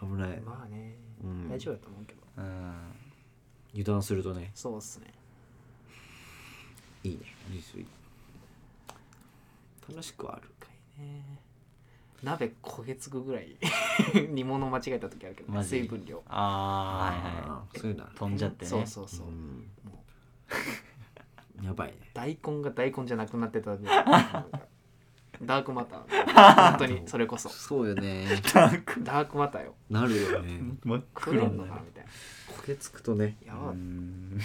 C: 危ない
B: まあね
C: うん
B: 大丈夫だと思うけど
D: うん
C: 油断するとね
B: そうっすね
C: いいねいいっすよいい楽しくはある
B: 一回ね鍋焦げつくぐらい 煮物間違えた時あるけどね
D: マジ
B: 水分量
D: ああはいは
C: あーそういうのあ
D: い
C: る
D: 飛んじゃってね
B: そうそうそう
C: う
B: も
C: ん
B: う
C: やばいね
B: 大根が大根じゃなくなっ てた時なんかダークマター本当にそれこそ
C: そうよね
D: ダーク
B: ダークマターよ
C: なるよね
D: 真っ
B: 食え
D: 黒
B: ん
D: に
B: のか
D: な
B: な
D: る
B: みたい
C: 焦げつくとね
B: なやば
D: う
B: い
D: ん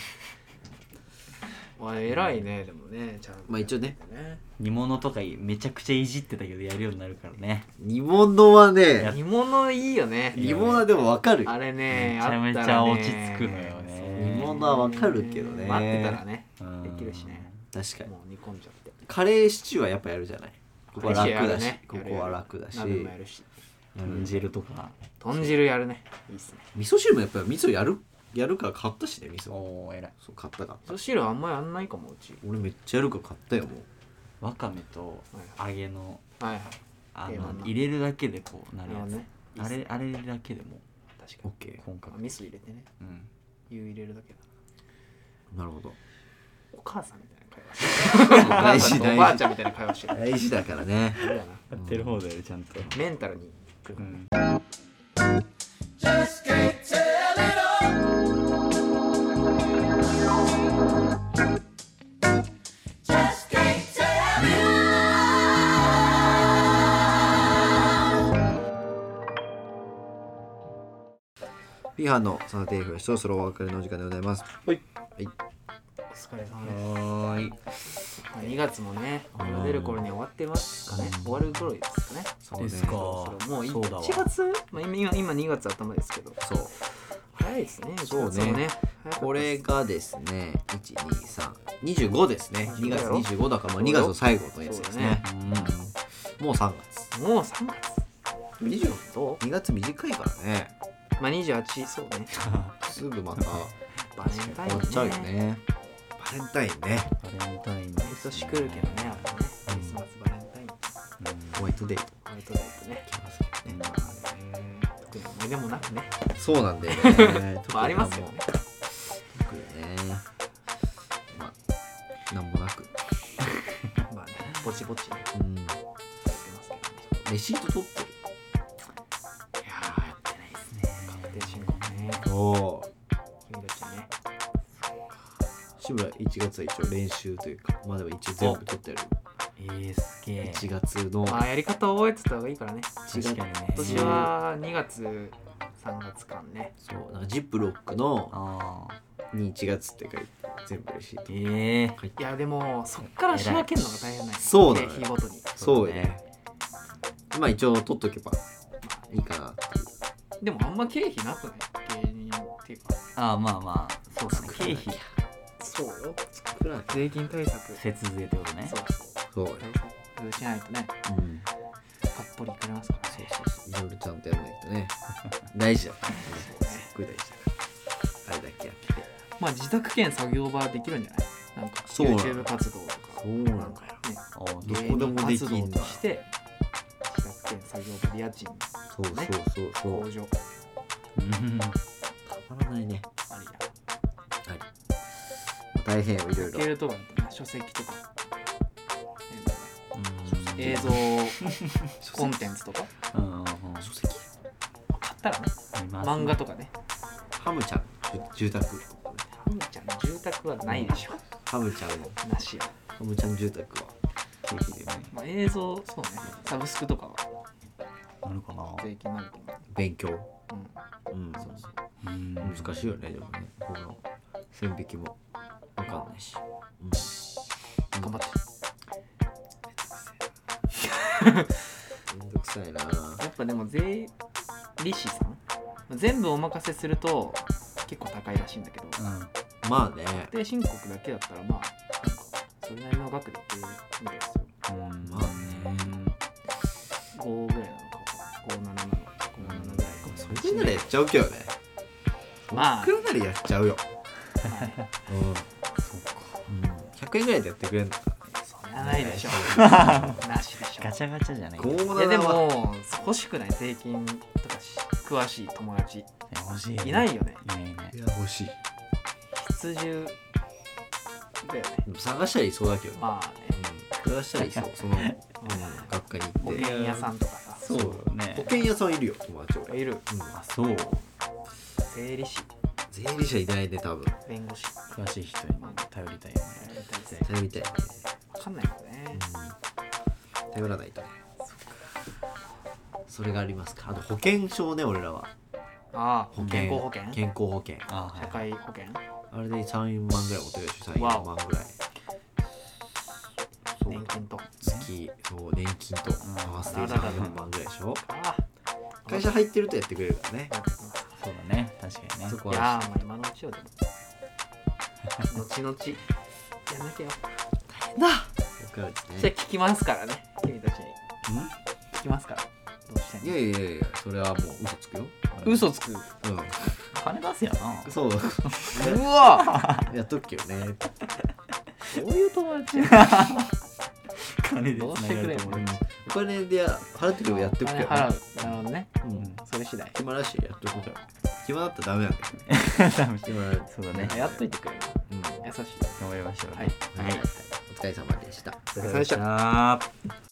B: わ偉いねでもねちゃんと
C: まあ一応ね
B: ね
D: 煮物とかめちゃくちゃいじってたけどやるようになるからね
C: 煮物は
D: や
C: ね
B: 煮物いいよね
C: 煮物はでもわかるよ
B: あれね
D: めちゃめちゃ
B: あったらね
D: 落ち着くのよね
B: そう
C: 煮物はわかるけどね
B: 待ってたらね
D: うん
B: できるしね
C: 確かに
B: もう煮込んじゃって
C: カレーシチューはやっぱやるじゃないここは
B: や
C: 楽
B: る
C: だし、
B: ね
C: ここは楽だし
B: 鍋もやるし
C: やる
D: 豚汁とか
B: 豚汁やるねいいっすね
C: 味噌汁もやっぱり味噌やるやるから買ったしね味噌
D: おお偉い
C: そう買った買った
B: 味噌汁あんまりやんないかもうち
C: 俺めっちゃやるから買ったよもう
D: わかめと揚げの
B: はいはい
D: あ
B: 定
D: の
B: 番な
D: 入れるだけでこうな
B: な
D: る
B: るほど
D: やつ
B: ね
D: あれあれだけでも
B: 確か
C: オ
B: に
C: ッケ
D: 本
B: あ
D: 格
B: 味噌入れてね
D: うん
B: 湯入れるだけだ
C: ーなるほど
B: お母さんみたいな会話
C: 大
B: して
C: 事
B: るおばあ
C: 大事
B: ちゃんみたいな会話してる
C: 大事だからね
B: あれだな
D: やってる方だよちゃんと
B: メンタルに来る
D: う
B: からね
D: ん
C: ピーハンのサナテイフそろそろお別れのお時間でございますはいはい
B: お疲れ様です
C: はーい
B: まあ2月もね、これが出る頃には終わってますかね。終わる頃ですかね。
C: そうね
D: ですか
B: そろそろもうい
D: そうだわ
B: 1月、まあ、今今2月頭ですけど、
C: そう
B: 早いですね。
C: そうね
B: 1月もね早かったです
C: これがですね1225ですね2月25だからまあ2月の最後のやつですねもう3月
B: もう3月。
C: 2
B: ど
C: 月短いからね
B: うまあ28、そうね。
C: すぐまた
B: バレンタイン
C: 終わっちゃうよねバレンタインね
D: バレンタイン
B: 毎年来るけどねあれねクリスマスバレンタイン
C: ホワイトデート
B: ホワイトデートね
C: 来ますけどね
B: 特に思い出もなくね
C: そうなんだよね 特に
B: まあありますよね
C: 特にねまあなんもなく
B: まあねぼちぼちね
C: うん
B: やってますけどね
C: レシート取って
B: いやーやってないですね確定申告ね
C: るお
B: 君たちね
C: 志村1月は一応練習というかまあでも一応全部取ってる
D: えー、すげえ
C: 1月の
B: まあやり方覚えてた方がいいからね
C: 違う
D: 確かにね
B: 今年は2月3月間ね
C: そうなんかジップロックの
D: ああ
C: に1月って書いて全部レシート
D: ええ
B: いやでもそっから仕分けるのが大変ない
C: そうなのよ
B: 日ごとに
C: そうよねまあ一応取っとけばいいかなっていう
B: でもあんま経費なくない芸人っていうか
D: ああまあまあそうですね経費
B: そうよ
C: 作らない
B: 税金対策そう
D: 節税ってことね
C: そうよ
B: 対策しないとね
C: うん
B: たっぽりいかれますからね
C: いろいろちゃんとやらないと ね大事だから
B: そうね
C: すっごい大事だからあれだけやって
B: まあ自宅兼作業場できるんじゃないなんか
C: そうなの
B: YouTube 活動とか
C: そうなの
B: なんかね
D: あー
C: どこでもできんだ
B: 芸人活動して自宅兼作業場で家賃
C: そうそうそうそ
B: 控
C: う
B: 除
D: うん
C: たまらないね
B: ありや
C: 大変よいろいろ
B: 家計とかだとね書籍とか映像コンテンツとか
D: うんうんうん
C: 書籍
B: 買ったらね漫
D: 漫
B: 画とかね
C: ハムちゃん住住宅とかね
B: ハムちゃんの住宅はないでしょ
C: ハムちゃんの
B: なしや、
C: ハムちゃん住宅は
D: 経費でね
B: まあ、映像そうねサブスクとかは
D: なるかな
B: 税金になると思
C: 勉強
B: う、うん、
C: うん
B: そうそう
D: うん
C: 難しいよねでもねこの線引きもわかんないし、うん、
B: 頑張って
C: めんどくさいな
B: やっぱでも税理士さん全部お任せすると結構高いらしいんだけど
D: うんうん
C: まあね
B: 確定申告だけだったらまあなんかそれなりの額でっていうみたいですよ
D: ま
C: あ
B: 5ぐらいなのか5 7なのか57ぐらいかもしれない
C: それならやっちゃうけどね
B: まあ
C: それならやっちゃうよ
B: ま
C: うん100円ぐらいでやってくれるのか
B: あそりゃないでしょなしでしょ
D: ガチャガチャじゃない
C: 5
B: いやで
C: 7は
B: も欲しくない税金とかし詳しい友達
D: 欲しい
B: いないいよね
D: いないいない
C: いや欲しい
B: 必需だよね
C: でも探したらいそうだけどね、
B: まあね
C: うん、探したらいそうその、うん、学科に
B: 保
C: 行って
B: 険屋さんとかさ
C: そう
D: ね
C: 保険屋さんいるよ友達俺、
B: いる
C: うん、
D: あそう
B: 税理士
C: 税理士はいないね多分
B: 弁護士
D: 詳しい人に頼りたいよね
C: 頼りたいね、
B: 分かんないよね
C: うん、頼らないとねそれがありますかあと保険証ね俺らは
B: ああ
C: 保険
B: 健康保険
C: 健康保険
D: あ
B: 社
D: はい
B: 会保険
C: あれで3万ぐらいお得でしょ3
B: わお
C: 万ぐらいそう
B: 年金とか
C: 月そう年金と合わせて
B: あららら
C: 34万ぐらいでしょ
B: ああ
C: 会社入ってるとやってくれるからね
B: やってきます
D: そうだね確かにね
C: そこ
B: いや
C: は
B: ーまあ今のうちよでも
C: 後々
B: やんなきゃよ
C: 僕らです
B: じゃ
C: ね
B: あ聞きますからね君たちに聞きますからどうしてん
C: い
B: の
C: やいやいやいやそれはもう嘘つくよ
B: 嘘つく
C: う
D: 金出せやなん
C: そう
B: うわ
C: やっとくけどね
B: どういう友達
D: 金
B: どうしてくれんの
D: う
C: お
D: ん
C: 金でや払ってくればやっとくけどね
B: お金払うなるほどね
C: うん
B: それ次第
C: 暇らしいやっとくから暇だったらダメなんだよ暇だ
D: そうだね
B: やっといてくれる
C: うんは
B: 優しい
D: 頑張りましょう
B: はい
C: いお疲れ様でした
B: お疲れ様でした
D: あー